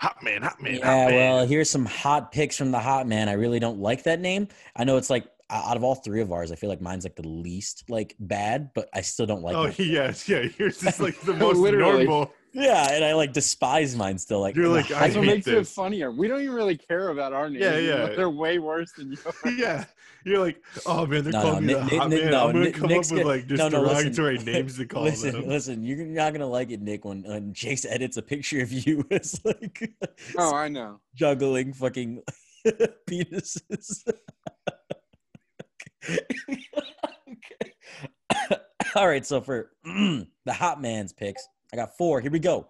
Speaker 2: Hot man, hot man,
Speaker 1: yeah,
Speaker 2: hot man.
Speaker 1: well, here's some hot picks from the hot man. I really don't like that name. I know it's like o- out of all three of ours, I feel like mine's like the least like bad, but I still don't like
Speaker 2: oh,
Speaker 1: it.
Speaker 2: yes, yeah. Yours is like the most
Speaker 3: Literally.
Speaker 2: normal.
Speaker 1: Yeah, and I like despise mine still. Like
Speaker 2: You're
Speaker 1: I'm a
Speaker 2: like, I
Speaker 1: hype-
Speaker 3: That's what
Speaker 2: hate
Speaker 3: makes
Speaker 2: this.
Speaker 3: it funnier. We don't even really care about our names.
Speaker 2: Yeah,
Speaker 3: even
Speaker 2: yeah.
Speaker 3: though They're way worse than yours.
Speaker 2: Yeah, you're like, oh man, they're
Speaker 1: No,
Speaker 2: calling
Speaker 1: no,
Speaker 2: me the
Speaker 1: Nick-
Speaker 2: hot
Speaker 1: Nick-
Speaker 2: man.
Speaker 1: no,
Speaker 2: I'm gonna
Speaker 1: Nick-
Speaker 2: come
Speaker 1: Nick's
Speaker 2: up with
Speaker 1: gonna-
Speaker 2: like just
Speaker 1: no, no, listen.
Speaker 2: derogatory names to call
Speaker 1: listen,
Speaker 2: them.
Speaker 1: listen, you're not gonna like it, Nick. When, when Jace edits a picture of you as like
Speaker 3: Oh, I know.
Speaker 1: juggling fucking penises. Okay. All right, so for the hot man's picks, I got four. Here we go.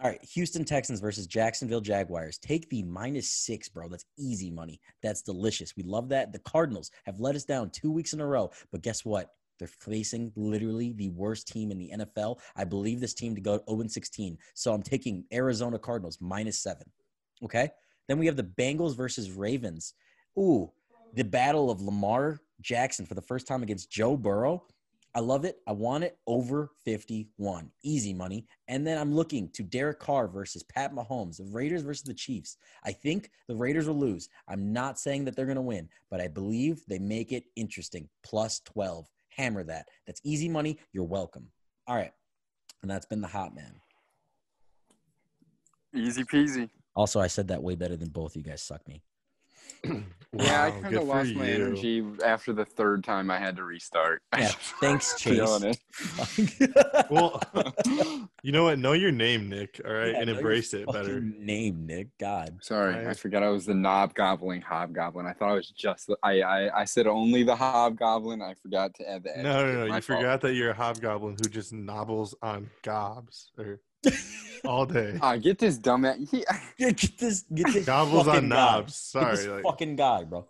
Speaker 1: All right, Houston Texans versus Jacksonville Jaguars. Take the minus six, bro. That's easy money. That's delicious. We love that. The Cardinals have let us down two weeks in a row, but guess what? They're facing literally the worst team in the NFL. I believe this team to go 0 16. So I'm taking Arizona Cardinals minus seven. Okay. Then we have the Bengals versus Ravens. Ooh, the battle of Lamar Jackson for the first time against Joe Burrow. I love it. I want it over 51. Easy money. And then I'm looking to Derek Carr versus Pat Mahomes, the Raiders versus the Chiefs. I think the Raiders will lose. I'm not saying that they're going to win, but I believe they make it interesting. Plus 12. Hammer that. That's easy money. You're welcome. All right. And that's been the hot man.
Speaker 3: Easy peasy.
Speaker 1: Also, I said that way better than both. You guys suck me.
Speaker 3: yeah, I
Speaker 2: Wow,
Speaker 3: kind
Speaker 2: good
Speaker 3: of
Speaker 2: for
Speaker 3: lost my
Speaker 2: you.
Speaker 3: energy after the third time I had to restart.
Speaker 1: Yeah, thanks,
Speaker 3: Feeling
Speaker 1: Chase.
Speaker 3: it.
Speaker 1: Fuck.
Speaker 2: Well, you know what? Know your name, Nick. All right,
Speaker 1: Yeah,
Speaker 2: and
Speaker 1: know your
Speaker 2: embrace it
Speaker 1: fucking
Speaker 2: better.
Speaker 1: Name Nick. God.
Speaker 3: Sorry, I
Speaker 2: Right.
Speaker 3: forgot I was the knobgoblin hobgoblin. I thought I was just the, I, I I said only the hobgoblin. I forgot to add the.
Speaker 2: No,
Speaker 3: edge.
Speaker 2: no, no.
Speaker 3: My
Speaker 2: You
Speaker 3: fault.
Speaker 2: forgot that you're a hobgoblin who just nobbles on gobs or all day.
Speaker 3: Ah, get this dumb at he,
Speaker 1: Yeah, Get this. Get this.
Speaker 2: Gobbles
Speaker 1: fucking
Speaker 2: on knobs.
Speaker 1: Guy. Get
Speaker 2: Sorry.
Speaker 1: this
Speaker 2: Like,
Speaker 1: fucking guy, bro.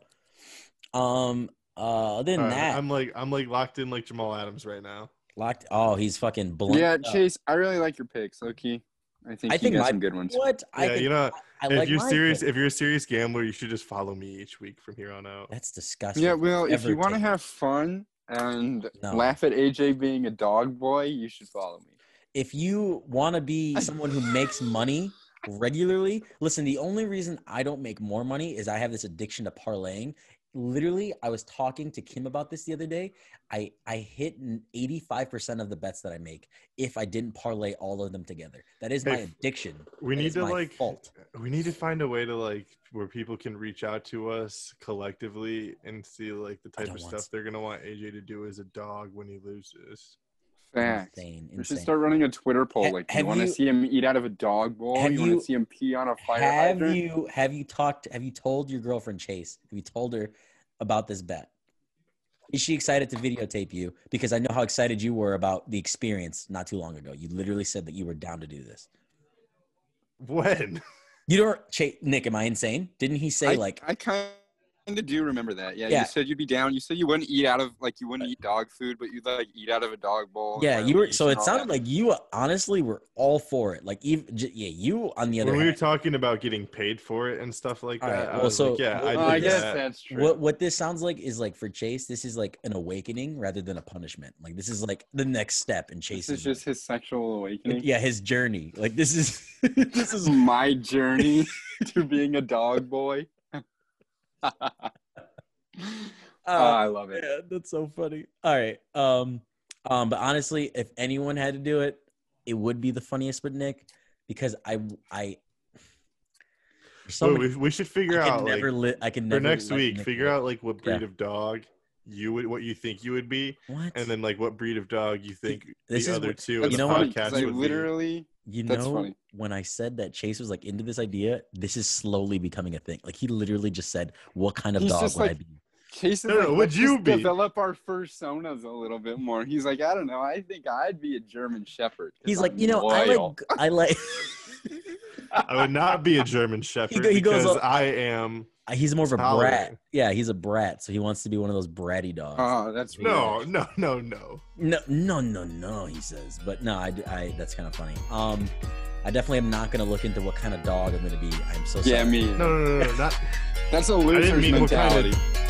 Speaker 1: Um. Uh. Other than
Speaker 2: all right,
Speaker 1: that,
Speaker 2: I'm like I'm like locked in like Jamal Adams right now.
Speaker 1: locked. Oh, he's fucking blunt.
Speaker 3: Yeah, Chase, I really like your picks, Loki. I think
Speaker 1: I
Speaker 3: you
Speaker 1: think
Speaker 3: got
Speaker 1: my-
Speaker 3: some good ones.
Speaker 1: What? I
Speaker 2: yeah,
Speaker 1: think,
Speaker 2: you know,
Speaker 1: I, I
Speaker 2: if
Speaker 1: like
Speaker 2: you're
Speaker 1: my
Speaker 2: serious,
Speaker 1: pick.
Speaker 2: if you're a serious gambler, you should just follow me each week from here on out.
Speaker 1: That's disgusting.
Speaker 3: Yeah, well, if
Speaker 1: Ever
Speaker 3: you want to
Speaker 1: take-
Speaker 3: have fun and
Speaker 1: No.
Speaker 3: laugh at AJ being a dog boy, you should follow me.
Speaker 1: if you want to be someone who makes money regularly, listen, the only reason I don't make more money is I have this addiction to parlaying. Literally, I was talking to Kim about this the other day. I, I hit n- 85% of the bets that I make if I didn't parlay all of them together. That is my
Speaker 2: Hey,
Speaker 1: addiction.
Speaker 2: We
Speaker 1: That
Speaker 2: need
Speaker 1: is
Speaker 2: to
Speaker 1: my
Speaker 2: like
Speaker 1: fault.
Speaker 2: we need to find a way to like where people can reach out to us collectively and see like the type
Speaker 1: don't
Speaker 2: of
Speaker 1: want
Speaker 2: stuff
Speaker 1: to.
Speaker 2: they're gonna want AJ to do as a dog when he loses.
Speaker 3: Facts.
Speaker 1: Insane.
Speaker 3: We should
Speaker 1: insane.
Speaker 3: start running a Twitter poll.
Speaker 1: Ha-
Speaker 3: Like, do
Speaker 1: have
Speaker 3: you want to
Speaker 1: you-
Speaker 3: see him eat out of a dog bowl?
Speaker 1: have
Speaker 3: You want
Speaker 1: you-
Speaker 3: to see him pee on a fire
Speaker 1: Have
Speaker 3: hydrant?
Speaker 1: you have you talked have you told your girlfriend Chase? Have you told her about this bet? Is she excited to videotape you? Because I know how excited you were about the experience not too long ago. You literally said that you were down to do this.
Speaker 2: When?
Speaker 1: You don't Chase Nick, am I insane? Didn't he say
Speaker 3: I,
Speaker 1: like
Speaker 3: I kind of do remember that. Yeah,
Speaker 1: Yeah.
Speaker 3: you said you'd be down. You said you wouldn't eat out of like you wouldn't eat dog food, but you'd like eat out of a dog bowl. and
Speaker 1: yeah,
Speaker 3: wear
Speaker 1: you were
Speaker 3: leash
Speaker 1: so
Speaker 3: and
Speaker 1: it
Speaker 3: all
Speaker 1: sounded
Speaker 3: that.
Speaker 1: like you honestly were all for it. Like even j- yeah, you on the other
Speaker 2: when we were
Speaker 1: hand,
Speaker 2: talking about getting paid for it and stuff like
Speaker 1: All right,
Speaker 2: that, I
Speaker 1: well,
Speaker 2: was
Speaker 1: so-
Speaker 2: like, yeah,
Speaker 1: well,
Speaker 2: I,
Speaker 1: like
Speaker 3: Well, Oh, I
Speaker 2: did
Speaker 3: guess
Speaker 2: that.
Speaker 3: that's true.
Speaker 1: what what this sounds like is like for Chase, this is like an awakening rather than a punishment. Like this is like the next step in
Speaker 3: this
Speaker 1: Chase's
Speaker 3: is just his sexual awakening.
Speaker 1: yeah, his journey. Like this is this
Speaker 3: This
Speaker 1: is
Speaker 3: is my journey to being a dog boy. Oh,
Speaker 1: uh,
Speaker 3: I love it.
Speaker 1: Yeah, that's so funny. All right. Um, um, but honestly, if anyone had to do it, it would be the funniest with Nick because I I there's so
Speaker 2: Wait,
Speaker 1: many-
Speaker 2: we, we should figure
Speaker 1: I
Speaker 2: out
Speaker 1: can
Speaker 2: like,
Speaker 1: never li- I can never
Speaker 2: for next
Speaker 1: let
Speaker 2: week.
Speaker 1: Nick
Speaker 2: Figure
Speaker 1: live.
Speaker 2: out like what breed of dog you would, what you think you would be,
Speaker 1: what
Speaker 2: and then like what breed of dog you think
Speaker 1: This
Speaker 2: the
Speaker 1: is
Speaker 2: other
Speaker 1: what-
Speaker 2: two
Speaker 1: That's
Speaker 2: in
Speaker 1: you
Speaker 2: the
Speaker 1: know what?
Speaker 3: funny, 'cause
Speaker 2: podcast
Speaker 3: I
Speaker 2: would
Speaker 3: literally
Speaker 1: you
Speaker 3: that's
Speaker 1: know
Speaker 3: funny.
Speaker 1: when I said that Chase was like into this idea, this is slowly becoming a thing. Like he literally just said, "What kind of
Speaker 3: He's
Speaker 1: dog would
Speaker 3: just
Speaker 1: I
Speaker 3: like-
Speaker 1: be?"
Speaker 3: Chase is
Speaker 2: No, no,
Speaker 3: like,
Speaker 2: would
Speaker 3: "Let's
Speaker 2: you
Speaker 3: just
Speaker 2: be?"
Speaker 3: develop our personas a little bit more? He's like, I don't know. I think I'd be a German Shepherd. 'cause
Speaker 1: He's
Speaker 3: I'm
Speaker 1: like, you know,
Speaker 3: loyal."
Speaker 1: I like I like.
Speaker 2: be. I would not be a German Shepherd
Speaker 1: he goes
Speaker 2: because
Speaker 1: up-
Speaker 2: I am
Speaker 1: Uh, He's more of a
Speaker 2: Tolerate.
Speaker 1: brat. Yeah, he's a brat, so he wants to be one of those bratty dogs.
Speaker 3: Oh, that's weird.
Speaker 2: No, no, no, no.
Speaker 1: No, no, no, no. He says, but no, I, I that's kind of funny. Um, I definitely am not gonna look into what kind of dog I'm gonna be. I'm so sorry.
Speaker 3: Yeah, me.
Speaker 2: No, no, no, no, no, not
Speaker 3: That's a
Speaker 2: didn't
Speaker 3: loser's
Speaker 2: mean what kind of-
Speaker 3: mentality.